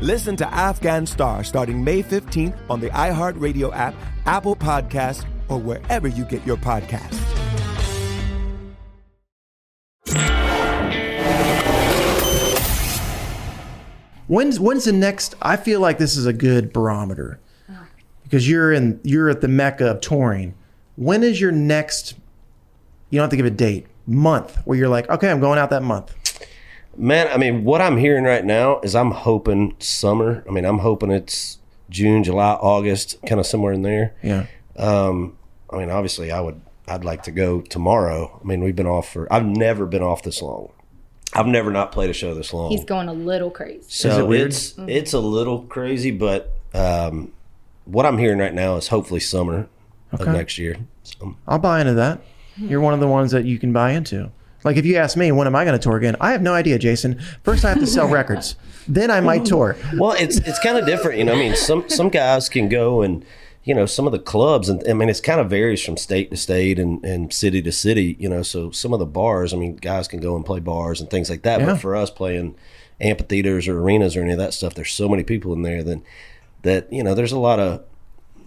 Listen to Afghan Star starting May 15th on the iHeartRadio app, Apple Podcasts, or wherever you get your podcasts.
When's when's the next? I feel like this is a good barometer because you're in you're at the mecca of touring. When is your next? You don't have to give a date, month where you're like, okay, I'm going out that month.
Man, I mean, what I'm hearing right now is I'm hoping summer. I mean, I'm hoping it's June, July, August, kind of somewhere in there.
Yeah.
Um, I mean, obviously, I would. I'd like to go tomorrow. I mean, we've been off for. I've never been off this long. I've never not played a show this long.
He's going a little crazy.
Oh. So it's
Mhm.
it's a little crazy, but um, what I'm hearing right now is hopefully summer
Okay.
of next year. So,
I'll buy into that. You're one of the ones that you can buy into. Like if you ask me, when am I going to tour again? I have no idea, Jason. First, I have to sell records. Then I might tour.
well, it's it's kind of different, you know. I mean, some some guys can go and you know some of the clubs, and I mean, it's kind of varies from state to state and and city to city, you know. So some of the bars, I mean, guys can go and play bars and things like that.
Yeah.
But for us playing amphitheaters or arenas or any of that stuff, there's so many people in there then that you know there's a lot of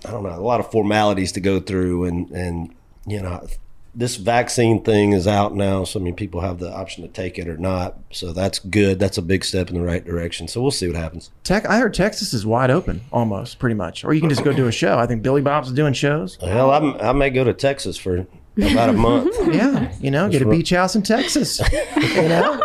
I don't know, a lot of formalities to go through, and and you know, this vaccine thing is out now, so I mean, people have the option to take it or not, so that's good. That's a big step in the right direction. So we'll see what happens.
Tech, I heard Texas is wide open almost, pretty much. Or you can just go do a show. I think Billy Bob's doing shows.
Hell, I'm, I may go to Texas for about
[LAUGHS]
a month.
yeah, you know, get a
what-
beach house in Texas. you know,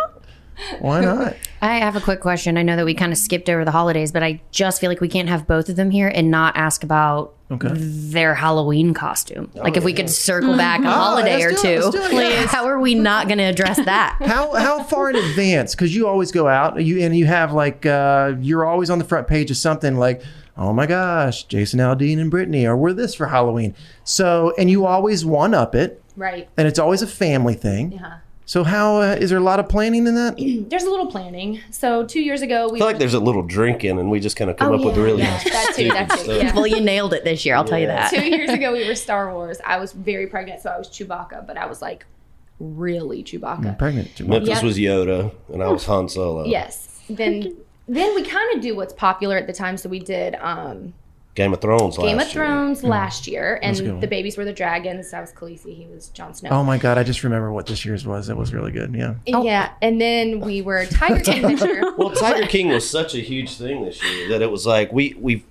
why not?
I have a quick question. I know that we kind of skipped over the holidays, but I just feel like we can't have both of them here and not ask about
Okay.
their Halloween costume. like if we could circle back
[LAUGHS]
a
Oh,
holiday or
let's do it,
two,
let's do it, yeah.
How are we not going to address
[LAUGHS]
[LAUGHS] that?
How how far in advance? Because you always go out, you and you have like uh, you're always on the front page of something like, oh my gosh, Jason Aldean and Brittany, or we're this for Halloween. So and you always one up it,
Right.
and it's always a family thing.
Yeah. [CLEARS THROAT]
So how uh, is there a lot of planning in that?
There's a little planning. So two years ago,
I
we
feel like there's a little drinking, and we just kind of come
Oh,
up with
yeah,
really.
yeah. That too, that
stupid
too, yeah.
stuff.
Well, you nailed it this year. I'll tell you that.
two years
[LAUGHS]
ago we were Star Wars. I was very pregnant, so I was Chewbacca, but I was like [LAUGHS] really Chewbacca.
pregnant.
Memphis
Yeah.
was Yoda, and I was Han Solo.
Yes. Then then we kind of do what's popular at the time. So we did um,
Game of Thrones.
Game
last
of
year. Hmm.
Thrones last year,
That's a good
and
one.
the babies were the dragons. I was Khaleesi. He was Jon Snow.
Oh my god, I just remember what this year's was. It was really good. Yeah.
Yeah, and then we were
[LAUGHS]
Tiger King this year.
Well, Tiger King
[LAUGHS]
was such a huge thing this year that it was like we we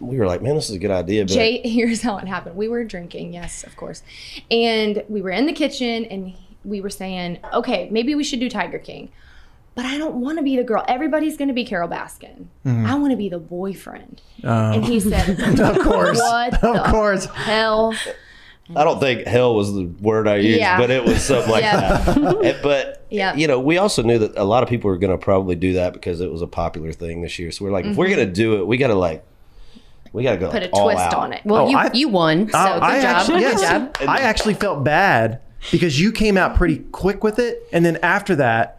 we were like, man, this is a good idea. But
Jay, [LAUGHS] here's how it happened. We were drinking, yes, of course. And we were in the kitchen and we were saying, okay, maybe we should do Tiger King. But I don't want to be the girl. Everybody's going to be Carol Baskin.
Mm-hmm.
Mhm.
I want to be the boyfriend.
Oh.
And
[LAUGHS]
he said,
Of course.
What
Of
the
course.
Hell.
I don't think hell was the word I used,
Yeah.
but it was something like
Yeah. [LAUGHS]
that. And- But
Yeah.
you know, we also knew that a lot of people were going to probably do that because it was a popular thing this year. So we're like, if we're
Mm-hmm.
Mhm.
going to do it, we got to like, we got to go like, all out.
Well, you you won. So
Oh,
good job.
Actually, yes.
good job.
I actually felt bad because you came out pretty quick with it, and then after that,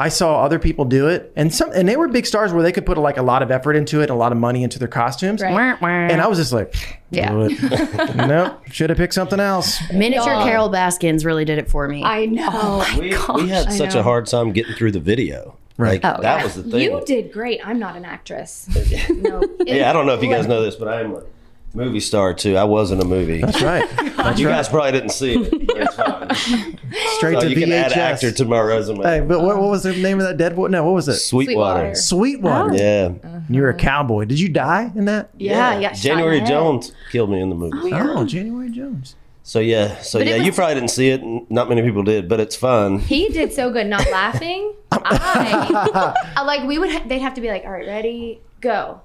I saw other people do it, and some and they were big stars where they could put like a lot of effort into it, a lot of money into their costumes,
Right.
and I was just like,
Yeah.
"Do
[LAUGHS]
it." nope, should have picked something else.
Miniature
Y'all.
Carol Baskins really did it for me. Oh
I know.
we, we had such a hard time getting through the video. Right. Like, that was the thing.
Oh, You did great. I'm not an actress.
[LAUGHS] yeah, I don't know if you guys know this, but I'm a movie star too. I was in a movie.
That's right.
[LAUGHS] you guys probably didn't see
[LAUGHS]
it.
Straight
so
to
you can add
VHS.
actor to my resume.
Hey, but what, what was the name of that dead boy? No, what was it?
um, Sweetwater. Oh.
Sweetwater.
Yeah.
You were a cowboy. Did you die in that?
Yeah, yeah. shot in
January
the head.
Jones killed me in the movie.
Oh, January Jones.
So yeah, so
But it
yeah, you
was-
probably didn't see it. and Not many people did, but it's fun.
He did so good not
[LAUGHS]
laughing. [LAUGHS] I, I Uh, like we would ha- they'd have to be like, all right, ready, go,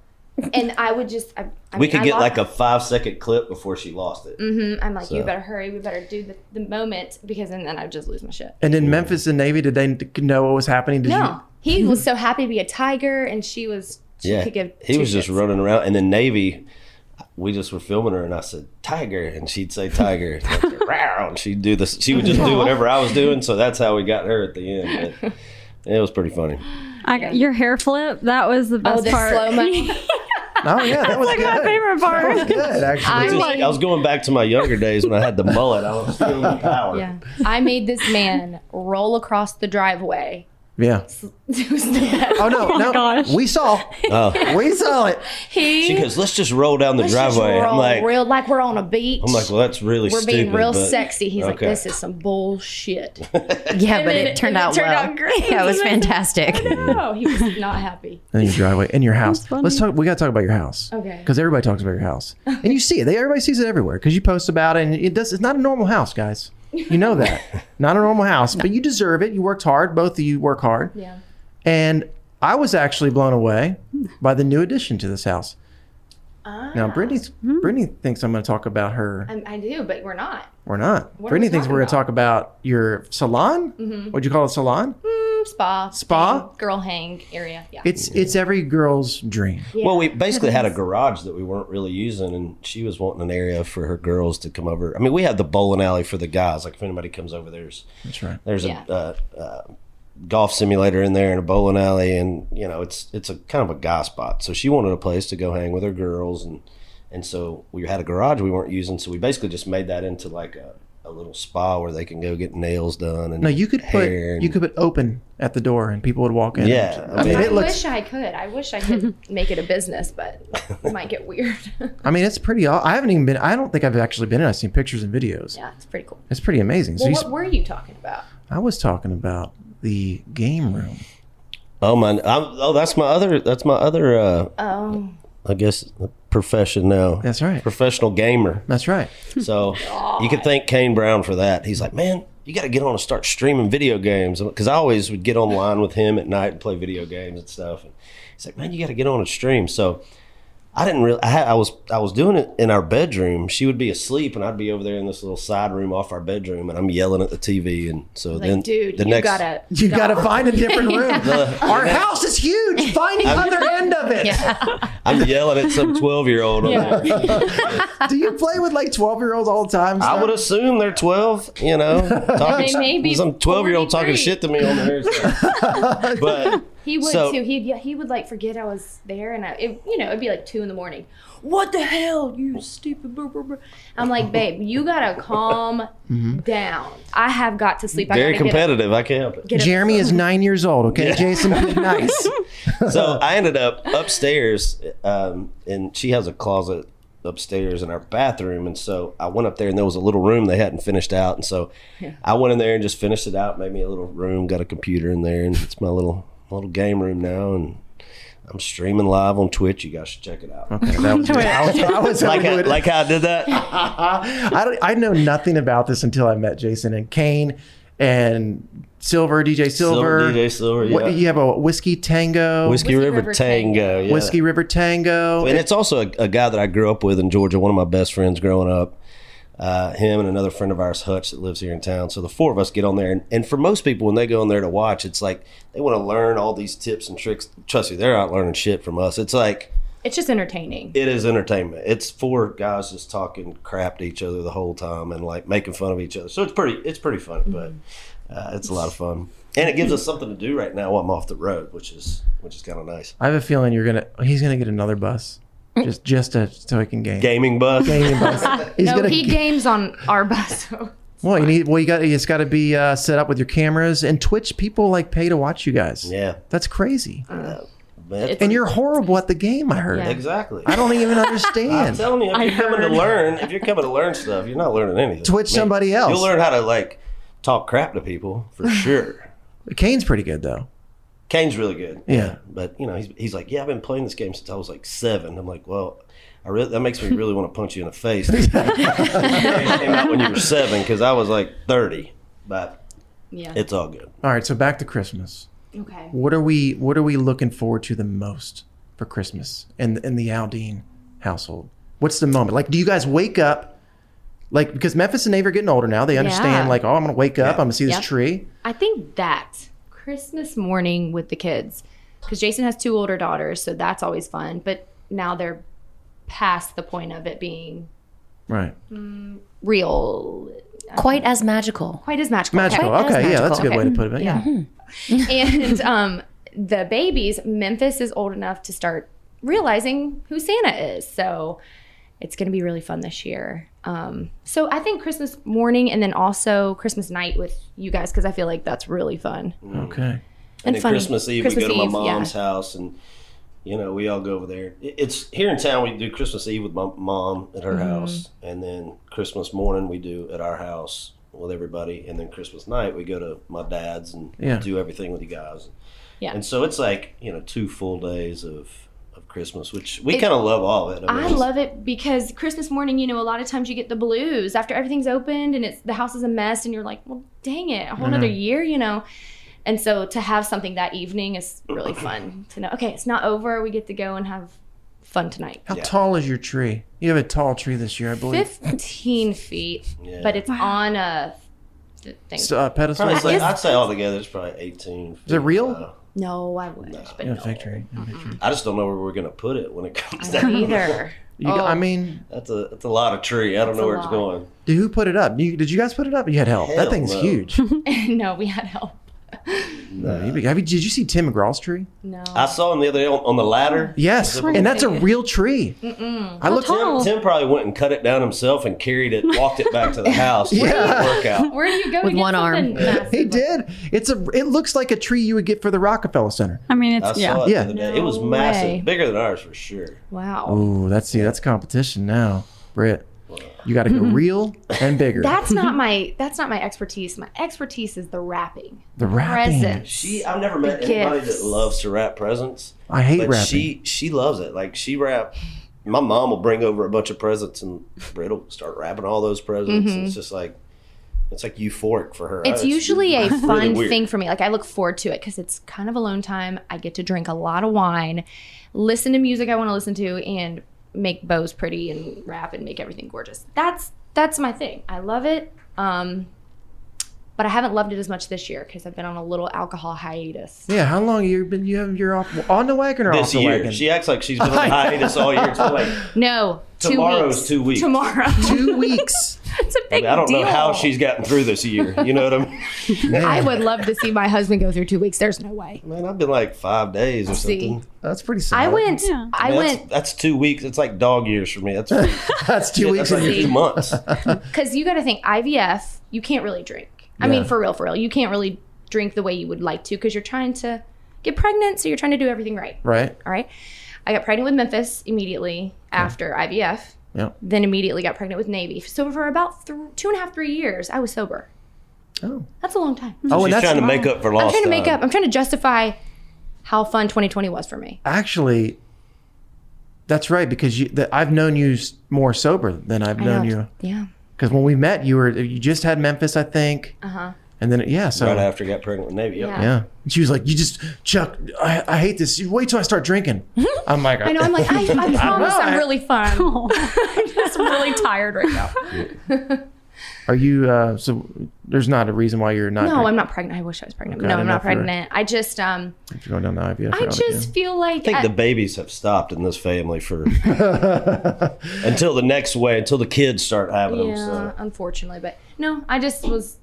and I would just I, I
we could get like a five second clip before she lost it.
hmm I'm like, you
So.
better hurry. We better do the, the moment because and then I would just lose my shit.
And in Memphis and Navy, did they n- know what was happening? Did
no,
[LAUGHS]
he was so happy to be a tiger, and she was she
yeah,
could give.
he
two
was just
shits.
running around, and then Navy. We just were filming her, and I said "Tiger," and she'd say
[LAUGHS]
"Tiger," and I'd say, "Rawr," and she'd do this. She would just do whatever I was doing, so that's how we got her at the end.
[LAUGHS]
But it was pretty funny.
I, Your hair flip, that was the best
the
part.
slow-mo.
[LAUGHS]
Oh yeah, that was
like my favorite part.
[LAUGHS]
I,
I
was
mean-
going back to my younger days when I had the mullet. I was feeling the power.
Yeah, I made this man roll across the driveway.
Yeah.
It was the best.
[LAUGHS] Oh
[LAUGHS]
no, no. We saw.
[LAUGHS] Oh.
We saw it.
He
She goes, "Let's just roll down the
Let's just
driveway."
roll
I'm like,
real like we're on a beach.
I'm like, well, that's really
we're
stupid.
being real
but-
sexy. He's like,
okay.
this is some [LAUGHS] bullshit.
Yeah,
And
but
then-
it turned
and it
out
turned
well.
out great.
[LAUGHS] Yeah, it
[LAUGHS]
was fantastic.
no, he was not happy. [LAUGHS]
In your driveway, in
[LAUGHS]
your house. Let's talk. We got to talk about your house.
Okay.
Because everybody talks about your house, and you see it. They, everybody sees it everywhere because you post about it, and it does. It's not a normal house, guys. You know
[LAUGHS]
that. not a normal house, but you deserve it. You worked hard. Both of you work hard.
Yeah.
And I was actually blown away by the new addition to this house. Now, Brittany's, Brittany thinks I'm going to talk about her.
Uh, Hmm. I, I do, but we're not.
We're not.
What are
Brittany
we
thinks
talking
we're going to talk about your salon.
Mhm.
What'd you call it? Salon?
Mm, spa,
Spa?
hang, girl hang area. Yeah.
It's it's every girl's dream.
Yeah.
Well, we basically had a garage that we weren't really using, and she was wanting an area for her girls to come over. I mean, we had the bowling alley for the guys. Like if anybody comes over, there's
That's right.
there's a uh, uh, golf simulator in there and a bowling alley, and you know it's it's a kind of a guy spot. So she wanted a place to go hang with her girls, and and so we had a garage we weren't using, so we basically just made that into like a, a little spa where they can go get nails done. And
No, you could put
hair and-
you could put open at the door and people would walk in.
Yeah,
I mean
I
it looks.
wish I could. I wish I
[LAUGHS]
could make it a business, but it might get weird.
[LAUGHS]
[LAUGHS]
I mean it's pretty. aw- I haven't even been. I don't think I've actually been in. I've seen pictures and videos.
yeah, it's pretty cool.
It's pretty amazing. So
Well,
you
what
sp-
were you talking about?
I was
[LAUGHS]
talking about the game room.
oh my, I'm, oh that's my other that's my other. Uh,
Um,
Oh,
I guess a profession now. That's
right.
Professional gamer.
That's right.
So you can thank Kane Brown for that. He's like, man, you got to get on and start streaming video games because I always would get online with him at night and play video games and stuff. And he's like, man, you got to get on and stream. So I didn't really. I, had, I was I was doing it in our bedroom. She would be asleep and I'd be over there in this little side room off our bedroom, and I'm yelling at the TV. And so
like,
then
dude,
the
you
next
gotta.
[LAUGHS] You got to find a
[LAUGHS]
different room.
The-
Our
[LAUGHS] the next-
house is huge. Find the
I'm-
other end of
[LAUGHS]
it.
I'm yelling at some twelve year old.
[LAUGHS]
Do you play with like twelve year olds all the time?
I would assume they're twelve. You know, talking,
[LAUGHS] They may be
some twelve year old talking
43.
shit to me on the air.
[LAUGHS]
so. But
He would
So-
too. He'd yeah, he would like forget I was there, and I, it, you know, it'd be like two in the morning. What the hell, you stupid! Blah, blah, blah. I'm like, babe, you gotta calm
Mm-hmm.
down. I have got to sleep. I
very
gotta get up."
competitive. I can't help it.
Jeremy is nine years old. Okay,
Yeah.
Jason, be
[LAUGHS]
nice.
[LAUGHS]
so I ended up upstairs, um, and she has a closet upstairs in our bathroom. And so I went up there, and there was a little room they hadn't finished out. And so I went in there and just finished it out, made me a little room, got a computer in there, and it's my little little game room now. And I'm streaming live on Twitch. You guys should check it out.
Okay, that was, I was, I was
like, how, like how I did that.
[LAUGHS] I don't, I know nothing about this until I met Jason and Kane and Silver DJ Silver.
DJ Silver,
What-
yeah.
you have a whiskey tango,
Whiskey, River, Tango. yeah.
whiskey river tango.
And it's also a, a guy that I grew up with in Georgia, one of my best friends growing up. Uh, him and another friend of ours, Hutch, that lives here in town. So the four of us get on there. And, and for most people, when they go on there to watch, it's like they want to learn all these tips and tricks. Trust me, they're not learning shit from us. It's like
It's just entertaining.
It is entertainment. It's four guys just talking crap to each other the whole time and like making fun of each other. So it's pretty it's pretty funny, but uh, it's a lot of fun. And it gives us something to do right now while I'm off the road, which is which is kind of nice.
I have a feeling you're gonna. He's gonna get another bus,
Mm.
just just to, so he can game.
Gaming bus.
Gaming
[LAUGHS]
bus. [LAUGHS] He's
no,
gonna
he games on our bus. [LAUGHS] so-
Well, you need. Well, you got. It's got to be uh, set up with your cameras and Twitch. People like pay to watch you guys.
Yeah,
that's crazy.
But-
and you're horrible at the game. I heard.
Uh, Yeah. Exactly.
I don't
[LAUGHS]
even understand.
I'm telling you, if
I
you're coming
heard.
to learn, if you're coming to learn stuff, you're not learning anything.
Twitch somebody else.
You'll learn how to like talk crap to people
[LAUGHS]
for sure.
Kane's pretty good though.
Kane's really good.
Yeah.
but you know, he's he's like, yeah, I've been playing this game since I was like seven. I'm like, well. I really, that makes me really want to punch you in
[LAUGHS]
the face. It came out when you were seven because I was like 30, but
Yeah.
it's all good.
All right. So back to Christmas.
Okay.
What are we? What are we looking forward to the most for Christmas and in, the Aldine household? What's the moment? Like, do you guys wake up? Like, because Memphis and Dave are getting older now. They understand.
Yeah.
Like, oh, I'm gonna wake up. I'm gonna see this
Yep.
tree.
I think that Christmas morning with the kids, because Jason has two older daughters, so that's always fun. But now they're past the point of it being
Right.
mm, real.
Quite as magical.
Quite as magical.
Magical.
Quite as
Okay. Yeah, that's a
magical.
good way to
Okay.
put it. Yeah.
[LAUGHS] and um, the babies, Memphis is old enough to start realizing who Santa is. So it's going to be really fun this year. Um, so I think Christmas morning and then also Christmas night with you guys because I feel like that's really fun.
Okay.
And
And, then
funny.
Christmas Eve,
Christmas
we go to
Eve,
my
yeah.
mom's house, and you know, we all go over there. It- It's here in town. We do Christmas Eve with my mom at her
Mhm.
house, and then Christmas morning we do at our house with everybody, and then Christmas night we go to my dad's and
Yeah.
do everything with you guys.
Yeah.
And so it's like you know two full days of of Christmas, which we
It-
kind of love all of it.
I
it's-
love it because Christmas morning, you know, a lot of times you get the blues after everything's opened and it's the house is a mess and you're like, well, dang it, a whole
I know.
nother year, you know. And so to have something that evening is
[CLEARS THROAT]
really fun to know. Okay, it's not over. We get to go and have fun tonight.
How tall is your tree? You have a tall tree this year, I believe.
15 feet,
Yeah.
but it's on a th- thing.
So, uh, pedestal?
Probably
Is
like-
it-
I'd say altogether it's probably eighteen.
Is it real?
no, I wish, but
yeah,
no.
victory.
I just don't know where we're gonna put it when it comes.
I
down. [LAUGHS]
don't either. Oh.
You, go- I mean,
that's a that's a lot of tree. I don't
That's
know
a
where it's
lot.
going.
Did who put it up? You, did you guys put it up? You had help. that
Hell
thing's
no.
huge.
[LAUGHS] no, we had help.
No, you be- have you- did you see Tim McGraw's tree?
No.
I saw him the other day on, on the
Oh.
ladder.
Yes,
Is it-
and that's a real tree.
Mm-mm.
I looked-
Tim, Tim probably went and cut it down himself and carried it, walked it back to
[LAUGHS]
the house. for
Yeah.
the
[LAUGHS]
workout.
Where do you go
With
to get
one arm.
something massive?
He did. It's a. It looks like a tree you would get for the Rockefeller Center.
I mean,
I
it's yeah.
saw it the other day. it was
No
massive,
way.
bigger than ours for sure.
Wow.
Oh, that's see, that's competition now, Britt. You got to go
Mm-hmm.
real and bigger.
That's not my that's not my expertise. My expertise is the wrapping.
the wrapping.
Presents.
She, I've never met
The
anybody
gifts.
that loves to wrap presents.
I hate
but
wrapping.
She she loves it. Like she wrap. My mom will bring over a bunch of presents, and Britt will start wrapping all those presents.
Mhm.
And it's just like it's like euphoric for her. Oh,
It's usually
[LAUGHS]
a
really
fun
weird.
thing for me. Like I look forward to it because it's kind of alone time. I get to drink a lot of wine, listen to music I want to listen to, and make bows pretty and wrap and make everything gorgeous. That's that's my thing. I love it. Um, but I haven't loved it as much this year because I've been on a little alcohol hiatus.
Yeah, how long you been? You have you're off on the wagon or off
This
the
year,
wagon?
she acts like she's been
[LAUGHS]
on hiatus all year. It's like
No, two
Tomorrow's
weeks.
two weeks. [LAUGHS]
Tomorrow, [LAUGHS]
two weeks.
it's a
I,
big
mean, I don't
deal.
know how she's gotten through this year. You know what I mean?
[LAUGHS]
[LAUGHS]
I would love to see my husband go through two weeks. There's no way.
Man, I've been like five days or
See.
something.
That's pretty.
I went. I
that's,
went
That's two weeks. It's like dog years for
[LAUGHS]
me. That's
that's two
weeks. That's like
See.
two months.
because you got to think IVF. You can't really drink. I mean,
Yeah.
for real, for real, you can't really drink the way you would like to because you're trying to get pregnant, so you're trying to do everything right.
Right.
All right. I got pregnant with Memphis immediately after IVF.
Yeah.
Then immediately got pregnant with Navy. So for about th- two and a half, three years, I was sober.
Oh.
That's a long time.
So she's trying to make up for lost
I'm trying to make
time.
up. I'm trying to justify how fun 2020 was for me.
Actually, that's right because you. That I've known you s- more sober than I've
I
known
know.
you.
Yeah.
Because when we met, you were you just had Memphis, I think,
Uh huh.
and then yeah, so
right after I got pregnant with Navy.
yeah. And She was like, "You just Chuck, I, I hate this. You Wait till I start
[LAUGHS]
drinking." I'm like,
I know.
[LAUGHS]
I'm like, I, I promise
know,
[LAUGHS] I'm
I- [LAUGHS]
really fun. I'm just really tired right now.
Are you? Uh, so there's not a reason why you're not.
no, I'm not pregnant. I wish I was pregnant.
Okay, I
no, I'm
didn't know
not
if you were-
pregnant. I just um
If you're going down the IVF
I
route
just feel like
I think
I-
the babies have stopped in this
[LAUGHS]
family for until the next way, until the kids start having them.
yeah,
So.
uh,
unfortunately, but no, I just was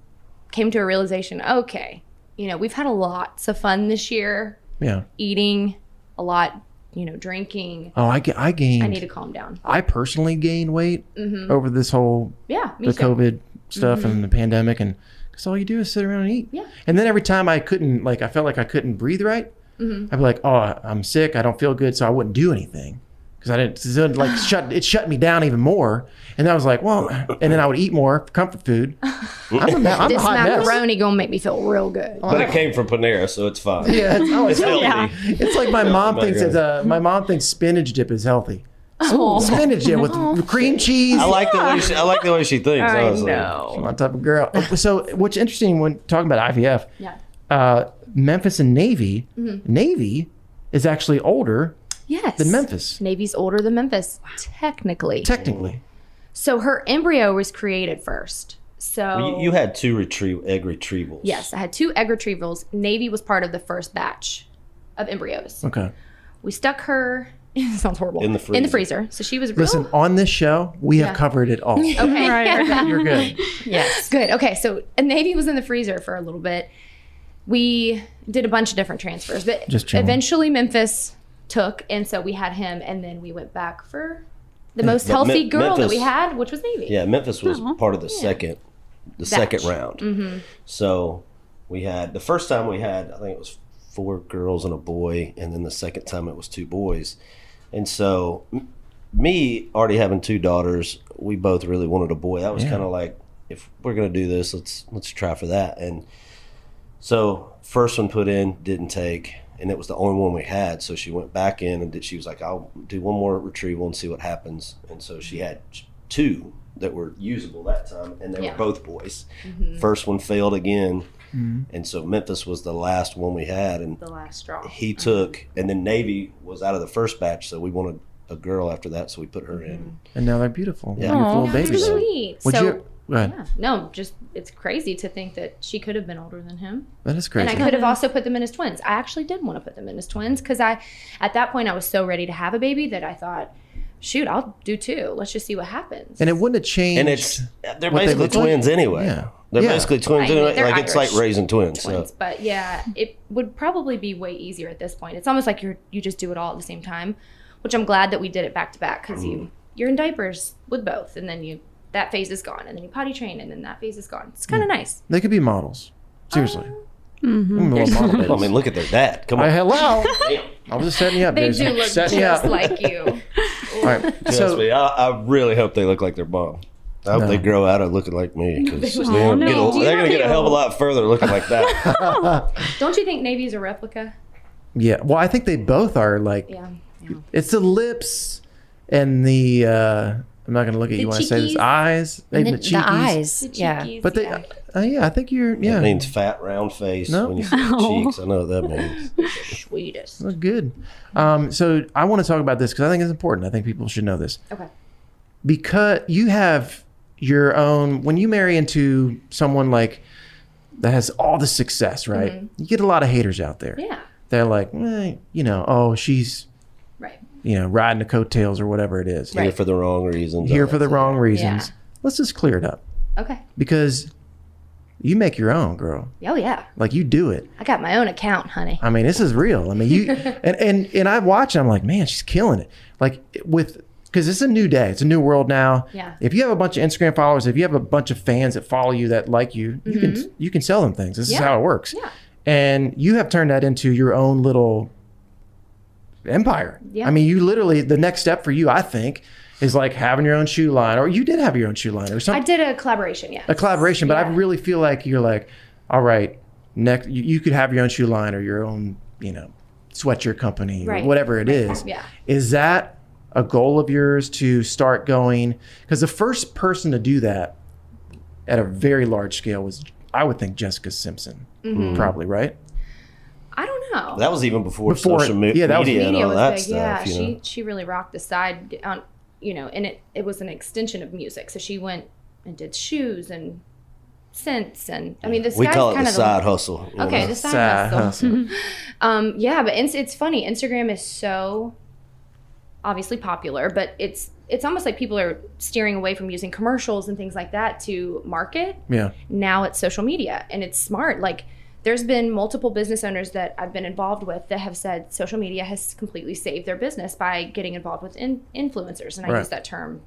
came to a realization. Okay, you know, we've had a lots of fun this year,
Yeah.
eating a lot, you know, drinking.
Oh, I, ga- I gained.
I need to calm down.
I personally gained weight
Mhm.
over this whole
Yeah, me
the
too.
COVID stuff
Mhm.
and the pandemic, and because all you do is sit around and eat.
Yeah.
And then every time I couldn't, like, I felt like I couldn't breathe right.
Mhm.
I'd be like, "Oh, I'm sick. I don't feel good," so I wouldn't do anything because I didn't. So it,
[SIGHS]
like shut it shut me down even more. And I was like, "Well," and then I would eat more comfort food. I'm a, ma- I'm a
this
hot mess.
macaroni gonna make me feel real good.
But it came from Panera, so it's fine.
Yeah,
[LAUGHS]
it's, oh, it's,
healthy.
healthy. It's like my mom
Oh my
thinks
God.
that uh, my mom thinks spinach dip is healthy. Spinach dip with cream cheese.
I like the way she, I like the way she thinks.
I
honestly.
know. She's my type of girl. Oh, So what's interesting when talking about IVF, uh, Memphis and Navy,
Mhm.
Navy is actually older
Yes.
than Memphis,
Navy's older than Memphis, technically.
technically.
So her embryo was created first. So
Well, you, you had two retrieve egg retrievals.
Oh. Yes, I had two egg retrievals. Navy was part of the first batch of embryos.
Okay.
We stuck her. [LAUGHS] It sounds horrible.
In the
In the
freezer.
freezer. So she was real. [LAUGHS]
Listen, on this show, we
Yeah.
have covered it all.
[LAUGHS] Okay. [LAUGHS]
You're good.
Yes. Good. Okay. So and Navy was in the freezer for a little bit. We did a bunch of different transfers, but
Just chilling.
eventually Memphis took, and so we had him, and then we went back for the most
But
healthy
Mem-
girl that we
Memphis-
had, which was Navy.
Yeah, Memphis was
Aw.
part of the second, the second round.
Mm-hmm.
So we had the first time we had, I think it was four girls and a boy, and then the second time it was two boys. And so, m- me already having two daughters, we both really wanted a boy. That was
Yeah.
kind of like, if we're gonna do this, let's let's try for that. And so, first one put in didn't take, and it was the only one we had. So she went back in and did, she was like, I'll do one more retrieval and see what happens. And so she had two that were usable that time, and they
Yeah.
were both boys.
Mhm.
First one failed again.
Mm-hmm.
Mhm.
And so Memphis was the last one we had, and the
last straw. Mm-hmm.
He took, and then Navy was out of the first batch, so we wanted a girl after that, so we put her
Mm-hmm.
in.
And now they're beautiful.
Yeah.
Beautiful
Aw,
little babies.
that's
Sweet.
Would
so,
you- go ahead.
yeah. no, just it's crazy to think that she could have been older than him.
That is
And
crazy.
I could have also put them in as twins. I actually did want to put them in as twins because I, at that point, I was so ready to have a baby that I thought, shoot, I'll do two. Let's just see what happens.
And it wouldn't have changed.
And it's they're
what they
basically
look like?
twins anyway.
Yeah.
They're
Yeah.
basically twins
I mean,
anyway.
they're
Like it's like
Irish
raising twins.
twins,
So.
but yeah, it would probably be way easier at this point. It's almost like you're you just do it all at the same time, which I'm glad that we did it back to back because
Mm.
you you're in diapers with both, and then you that phase is gone, and then you potty train, and then that phase is gone. It's
Mm.
kind of nice.
They could be models. Seriously.
Mm-hmm.
Mm, little model
Well, I
babies.
mean, look at their dad. Come on.
Hey, [LAUGHS]
[LAUGHS]
hello. I was just setting you up.
They
Jason.
do look
Setting you
just
up.
like you.
All right.
Trust
So
me, I, I really hope they look like their mom. I hope
No.
they grow out of looking like me because
No,
they're, gonna
they will.
get
No.
a-
Do you
they're gonna
not
get a hell of a lot further looking like that.
Don't you think Navy is a replica?
yeah. Well, I think they both are like.
Yeah.
It's the lips and the. uh I'm not gonna look at
The
you when I say this.
cheekies.
Eyes.
And
maybe
the- the
cheekies.
eyes, The yeah. cheekies,
But they. Uh, yeah, I think you're. Yeah.
That means fat, round face.
No.
[LAUGHS]
When you see the
No.
cheeks, I know what that means.
Sweetest.
Look good. Um, so I want to talk about this because I think it's important. I think people should know this.
Okay.
Because you have your own, when you marry into someone like that has all the success, right?
Mhm.
You get a lot of haters out there.
Yeah.
They're like, eh, you know, oh, she's,
Right.
you know, riding the coattails or whatever it is.
Here for the wrong reasons.
Here for the wrong reasons.
Yeah.
Let's just clear it up
Okay.
because you make your own, girl.
Oh yeah.
Like you do it.
I got my own account, honey.
I mean, this is real. I mean,
[LAUGHS]
you and and and I watch. And I'm like, man, she's killing it. Like with because it's a new day, it's a new world now.
Yeah.
If you have a bunch of Instagram followers, if you have a bunch of fans that follow you that like you, you can you can sell them things. This is
Mm-hmm. Yeah.
how it works. Yeah. And you have turned that into your own little empire.
Yeah.
I mean, you literally the next step for you, I think, is like having your own shoe line, or you did have your own shoe line, or
I
something
did a collaboration, yeah.
a collaboration. But I really feel like you're like, all right, next you, you could have your own shoe line or your own, you know, sweatshirt company
Right.
or whatever it is.
Yeah.
Is that a goal of yours to start going? Because the first person to do that at a very large scale was, I would think, Jessica Simpson,
Mhm.
probably right.
I don't know.
That was even before, social me-
yeah, that was-
media and all that
big,
stuff.
Yeah,
you know?
um, she she really rocked the side, on, you know, and it it was an extension of music. So she went and did shoes and scents and I mean [LAUGHS] this
we
guy's
call it
kind
the
of
side hustle. you
Okay,
know?
the side, hustle. [LAUGHS] um, yeah, but it's, it's funny. Instagram is so obviously popular, but it's it's almost like people are steering away from using commercials and things like that to market.
Yeah.
Now it's social media and it's smart. Like there's been multiple business owners that I've been involved with that have said social media has completely saved their business by getting involved with in- influencers, and I
Right.
use that term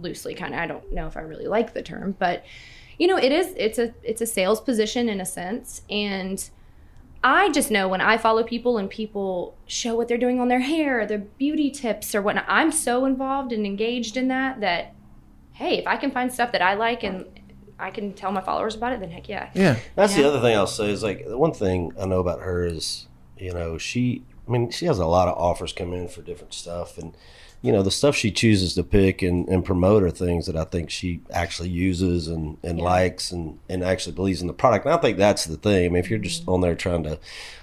loosely. Kind of, I don't know if I really like the term, but you know, it is. It's a it's a sales position in a sense, and I just know when I follow people and people show what they're doing on their hair, their beauty tips or whatnot. I'm so involved and engaged in that that hey, if I can find stuff that I like and I can tell my followers about it, then heck yeah.
Yeah.
That's the other thing I'll say is like the one thing I know about her is, you know, she I mean, she has a lot of offers come in for different stuff and you know, the stuff she chooses to pick and, and promote are things that I think she actually uses and, and likes and, and actually believes in the product. And I think that's the thing. I mean, if you're just on there trying to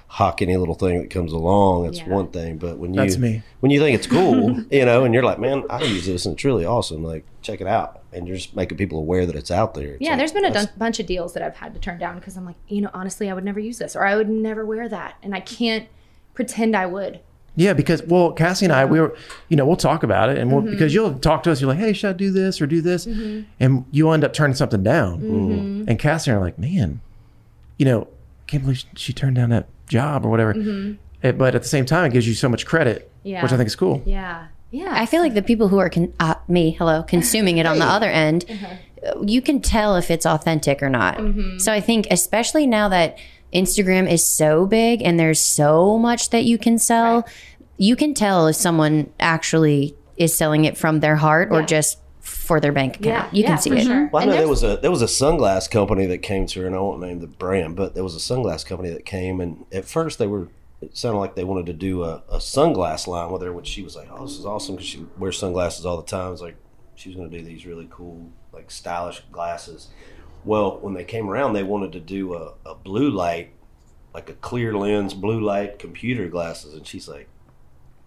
hawk any little thing that comes along, that's one thing. But when you
That's me.
when you think it's cool, you know, and you're like, Man, I use this and it's really awesome, like, check it out. And you're just making people aware that it's out there. It's
yeah,
like,
there's been a
that's-
dun- bunch of deals that I've had to turn down because I'm like, you know, honestly, I would never use this or I would never wear that. And I can't pretend I would.
Yeah, because well, Cassie and I, we were, you know, we'll talk about it, and we'll,
Mhm.
because you'll talk to us, you're like, hey, should I do this or do this,
Mm-hmm.
and you end up turning something down.
Mhm.
And Cassie and I are like, man, you know, can't believe she- she turned down that job or whatever.
Mhm.
Eh, but at the same time, it gives you so much credit,
Yeah.
which I think is cool.
Yeah. Yeah.
I feel like the people who are con- uh, me, hello, consuming it on the other end, uh, you can tell if it's authentic or not.
Mhm.
So I think, especially now that Instagram is so big and there's so much that you can sell, you can tell if someone actually is selling it from their heart or just for their bank account. you can see it.
Well, I know there was a there was a sunglass company that came to her, and I won't name the brand, but there was a sunglass company that came, and at first they were it sounded like they wanted to do a, a sunglass line with her, which she was like, "Oh, this is awesome," because she wears sunglasses all the time. It's like she was going to do these really cool, like stylish glasses. Well, when they came around, they wanted to do a, a blue light, like a clear lens blue light computer glasses, and she's like.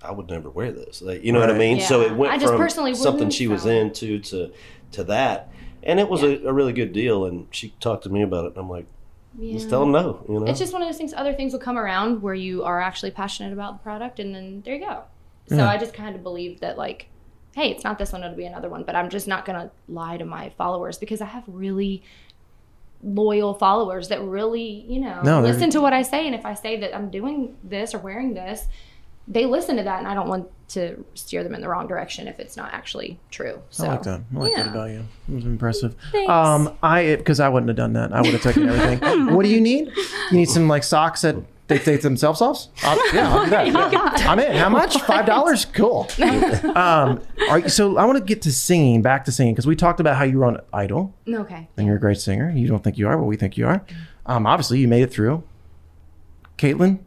I would never wear this. Like, you know what I
Right.
mean? So
Yeah.
it went
I just
from
personally
something
wouldn't
she was
sell it.
into to to that, and it was a, a really good deal. And she talked to me about it, and I'm like, just
Yeah.
tell them no. You know,
It's just one of those things. Other things will come around where you are actually passionate about the product, and then there you go. So
Yeah.
I just kind of believe that, like, hey, it's not this one; it'll be another one. But I'm just not gonna lie to my followers because I have really loyal followers that really, you know,
No, they're-
listen to what I say. And if I say that I'm doing this or wearing this, they listen to that, and I don't want to steer them in the wrong direction if it's not actually true. So
I like that. I like that
Yeah.
about you. It was impressive.
Thanks.
Um, I because I wouldn't have done that. I would have taken
[LAUGHS]
everything. what do you need? You need some like socks that they take themselves off. I'll, yeah, I'll do
[LAUGHS] Oh
that. Yeah. I'm in. How much? Five dollars. Cool. Um, all right, so I want to get to singing. Back to singing because we talked about how you were on Idol
okay,
and you're a great singer. You don't think you are, but we think you are. Um, obviously, you made it through. Caitlin,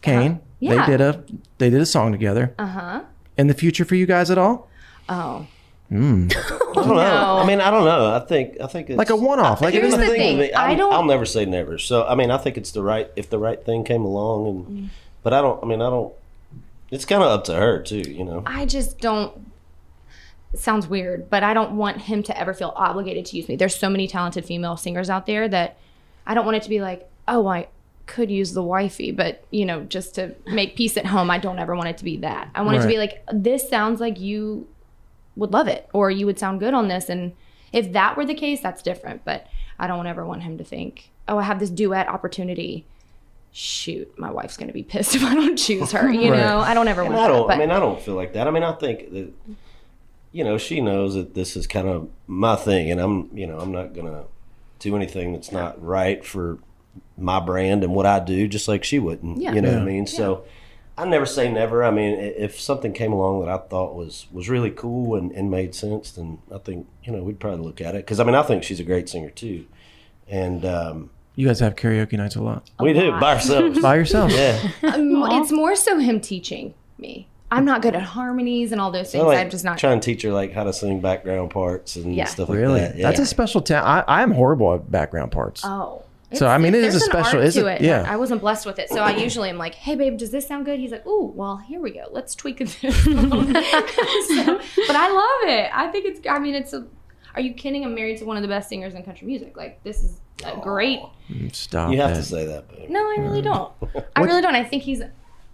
Kane,
Uh, Yeah.
they did a they did a song together.
uh huh.
In the future for you guys at all?
Oh,
Mm.
I don't know. I mean, I don't know. I think I think it's
Like a one-off, like
here's
it's-
the thing. with me, I'm-
I don't-
I'll never say never. So I mean, I think it's the right if the right thing came along, and but I don't. I mean, I don't. It's kind of up to her too. You know.
I just don't. It sounds weird, but I don't want him to ever feel obligated to use me. There's so many talented female singers out there that I don't want it to be like, oh, I could use the wifey, but you know, just to make peace at home, I don't ever want it to be that. I want it to be like, this sounds like you would love it, or you would sound good on this. And if that were the case, that's different. But I don't ever want him to think, oh, I have this duet opportunity. Shoot, my wife's gonna be pissed [LAUGHS] if I don't choose her. You
Right.
know, I don't ever
And
want.
I don't.
that,
I
but-
mean, I don't feel like that. I mean, I think that you know she knows that this is kind of my thing, and I'm you know I'm not gonna do anything that's not right for my brand and what I do, just like she wouldn't.
Yeah.
You know what I
Yeah.
mean? So. I never say never. I mean, i- if something came along that I thought was was really cool and, and made sense, then I think you know we'd probably look at it. Because I mean, I think she's a great singer too, and um,
You guys have karaoke nights a lot.
we do
[LAUGHS]
by ourselves.
By yourself.
yeah.
[LAUGHS]
Um, it's more so him teaching me. I'm not good at harmonies and all those
So,
things.
like,
I'm just not.
trying to teach her like how to sing background parts and
Yeah.
stuff like
Really?
that. Yeah.
That's a special talent. I, I'm horrible at background parts.
Oh.
So, I mean, it is
there's
a
an
special-
art
is
to
it?
it.
Yeah.
I wasn't blessed with it,
[LAUGHS]
so I usually am like, "Hey, babe, does this sound good?" He's like, "Ooh, well, here we go. [LAUGHS] Let's tweak this." So, but I love it. I think it's. I mean, it's. A, are you kidding? I'm married to one of the best singers in country music. Like, this is a great.
Mm, Stop.
You have
it. Mm.
to say that. babe.
No, I really don't.
[LAUGHS]
I really don't. I think he's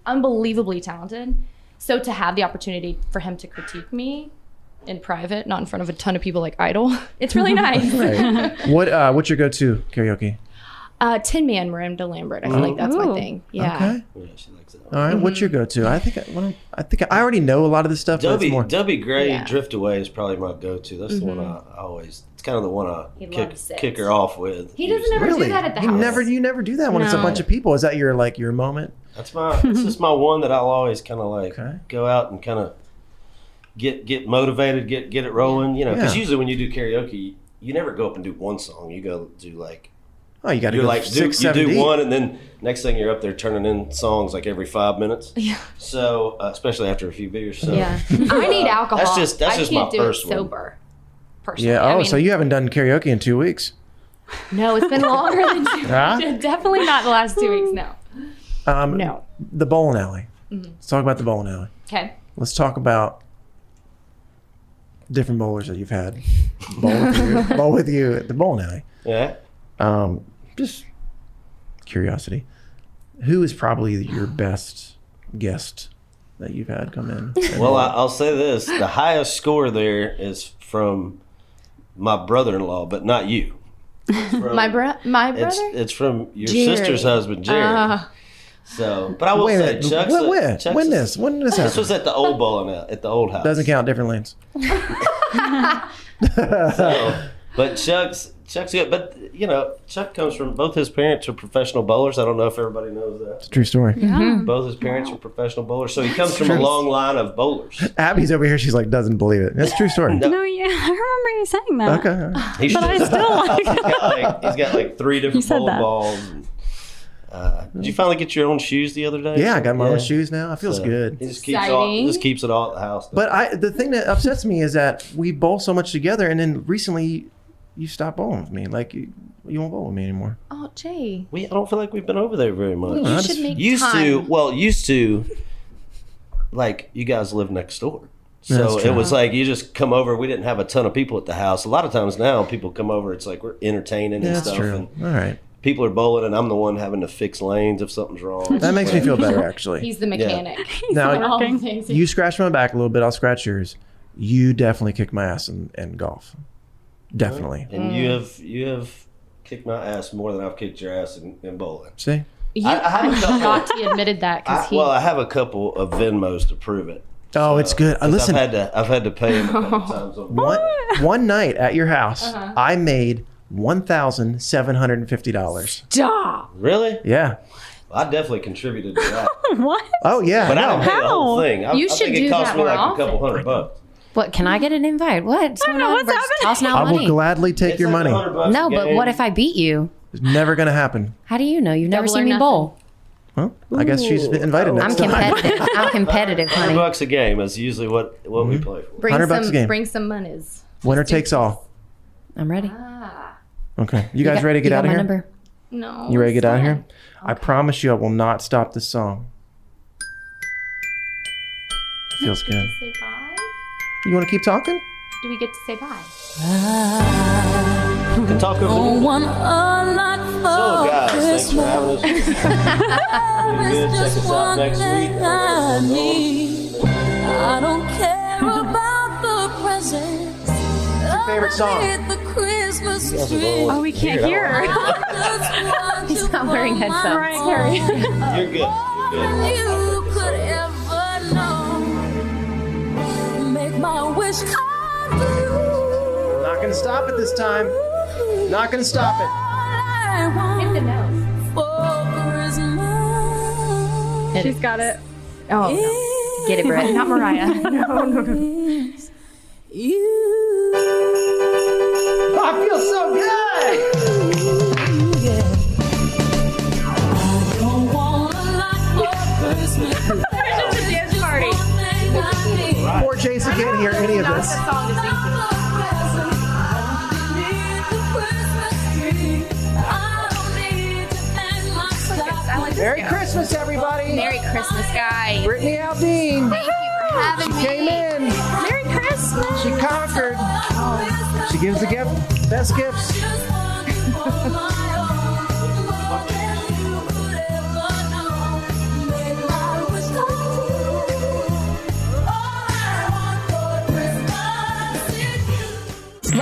unbelievably talented. So to have the opportunity for him to critique me in private, not in front of a ton of people like Idol, [LAUGHS] it's
[LAUGHS]
really nice.
Right. what uh, what's your go-to karaoke?
[LAUGHS] uh, Tin Man, Miranda Lambert. I feel like that's my thing. Yeah.
All right, what's
Mm-hmm.
your go-to? I think I, well, I think I already know a lot of this stuff. but it's
Dubby,
more.
Dubby Gray Drift Away is probably my go to. That's the one
Mhm.
I always, it's kind of the one I
Mm-hmm. He
kick,
loves it.
kick her off with.
He doesn't ever
really?
do that at the
you
house.
never you never do that when it's a
No.
bunch of people. Is that your like your moment?
That's my, it's just my one that I'll always kind of like go out and kind of get get motivated, get get it rolling. You know, because
Yeah.
usually when you do karaoke, you never go up and do one song. You go do like,
Oh, you got to
you're
go
like, do,
six,
you
seven
do
deep.
one, and then next thing you're up there turning in songs like every five minutes.
Yeah.
So, uh, especially after a few beers. So. [LAUGHS]
Yeah. I need alcohol.
That's just that's
I
just
can't
my
do
first
it
one.
sober. Personally.
Yeah. Oh,
I mean,
so you haven't done karaoke in two weeks.
No, it's been longer
[LAUGHS]
than two.
Huh?
[LAUGHS] Definitely not the last two weeks. No.
Um,
No.
The bowling alley.
Mhm.
Let's talk about the bowling alley.
Okay.
Let's talk about different bowlers that you've had bowl with you, bowl with you at the bowling alley.
Yeah.
Um, just curiosity. Who is probably your best guest that you've had come in?
[LAUGHS] Well, I, I'll say this: the highest score there is from my brother-in-law, but not you.
my bro, my brother.
It's it's from your
Jerry.
sister's husband, Jerry.
Ah.
so, but I will
Wait a
say,
minute.
Chuck's
When- when?
Chuck's
When this? When did this happen?
was at the old ball now, at the old house.
Doesn't count. Different lanes.
so, but Chuck's Chuck's good. But you know, Chuck comes from both his parents are professional bowlers. I don't know if everybody knows that. It's
a true story. Yeah.
Mm-hmm.
Both his parents were professional bowlers, so he comes from a
true.
long line of bowlers.
Abby's over here. She's like, doesn't believe it. That's a true
[LAUGHS]
story.
No, yeah, I remember you saying that.
Okay. all right.
He
But I
should-
still like
[LAUGHS] he's got like he's got
[LAUGHS]
like three different
said
bowling
that.
balls. And, uh, did you finally get your own shoes the other day?
Yeah, I got my own shoes now. It feels good.
It just keeps all,
Exciting.
just keeps it all at the house.
But I, the thing that upsets me is that we bowl so much together, and then recently you stopped bowling with me. Like you, you won't bowl with me anymore.
oh, Jay.
We I don't feel like we've been over there very much.
Well, you should make
used to
time.
well used to like you guys live next door.
Yeah, that's
So it
true.
was like you just come over. We didn't have a ton of people at the house. A lot of times now people come over. It's like we're entertaining
Yeah,
and
that's
stuff.
true.
And
All right.
people are bowling, and I'm the one having to fix lanes if something's wrong.
That makes me feel better,
[LAUGHS]
actually.
He's the
Yeah.
mechanic.
[LAUGHS]
Now-
All the [LAUGHS] things he-
You scratch my back a little bit. I'll scratch yours. You definitely kicked my ass in, in golf. Definitely. Mm.
And you have you have kicked my ass more than I've kicked your ass in, in bowling.
See?
You
I- I have a couple-
forgot he admitted that
I,
because he.
well, I have a couple of Venmos to prove it.
Oh, it's good. Uh,
'Cause
listen,
I've had to I've had to pay
[LAUGHS]
him a couple times. On
one one night at your house,
Uh-huh.
I made one thousand seven hundred and fifty dollars.
Stop.
Really?
Yeah.
I definitely contributed
[LAUGHS]
to that.
what?
Oh yeah.
But I don't pay the whole
How?
thing. I,
You
I
should
think it
do
cost
that
me
more
like a couple
often.
hundred bucks.
What can I get an invite? What? I don't know what's happening. Tossing out
I will
money.
gladly take your money.
No, but what if I beat you?
It's never gonna happen.
How do you know? You've never
Double or
seen me
nothing.
bowl.
Well, I guess she's been invited
I'm
next time.
competitive.
[LAUGHS]
I'm competitive,
Hundred
honey.
bucks a game is usually what what
Mm-hmm.
we play for.
Bring
100
some,
bucks a game.
Bring some monies. Ah.
Winner takes all.
I'm ready.
Okay. You guys ready to get out of here?
No.
You ready to get out of here? I promise you, I will not stop this song. Feels good.
Say bye.
You want to keep talking?
Do we get to say bye?
can talk over
Oh,
the music.
one unlock
So
for
guys, Oh, thanks for
Christmas.
having us. Be good. Check us out next week.
I need. I don't
[LAUGHS]
care about the presents. What's
favorite song?
The Christmas
You guys are
tree.
going Oh, we can't
I
hear.
[LAUGHS]
don't want
He's
you
not wearing
on my
headphones. Right, Carrie.
own.
You're good. You're good.
You could ever know. Make my wish come true.
Not gonna stop it this time. Not gonna stop it.
Hit the nose.
She's got it. Oh,
no.
Get it, Brett. Not Mariah.
[LAUGHS] no, no, no.
Oh, I feel so good.
There's just a dance party.
Poor Jason can't hear any of this. Merry Christmas, everybody.
Merry Christmas, guy.
Brittany Aldean.
Thank you for having
She
me.
came in.
Merry Christmas.
She conquered. She gives the gift. Best gifts.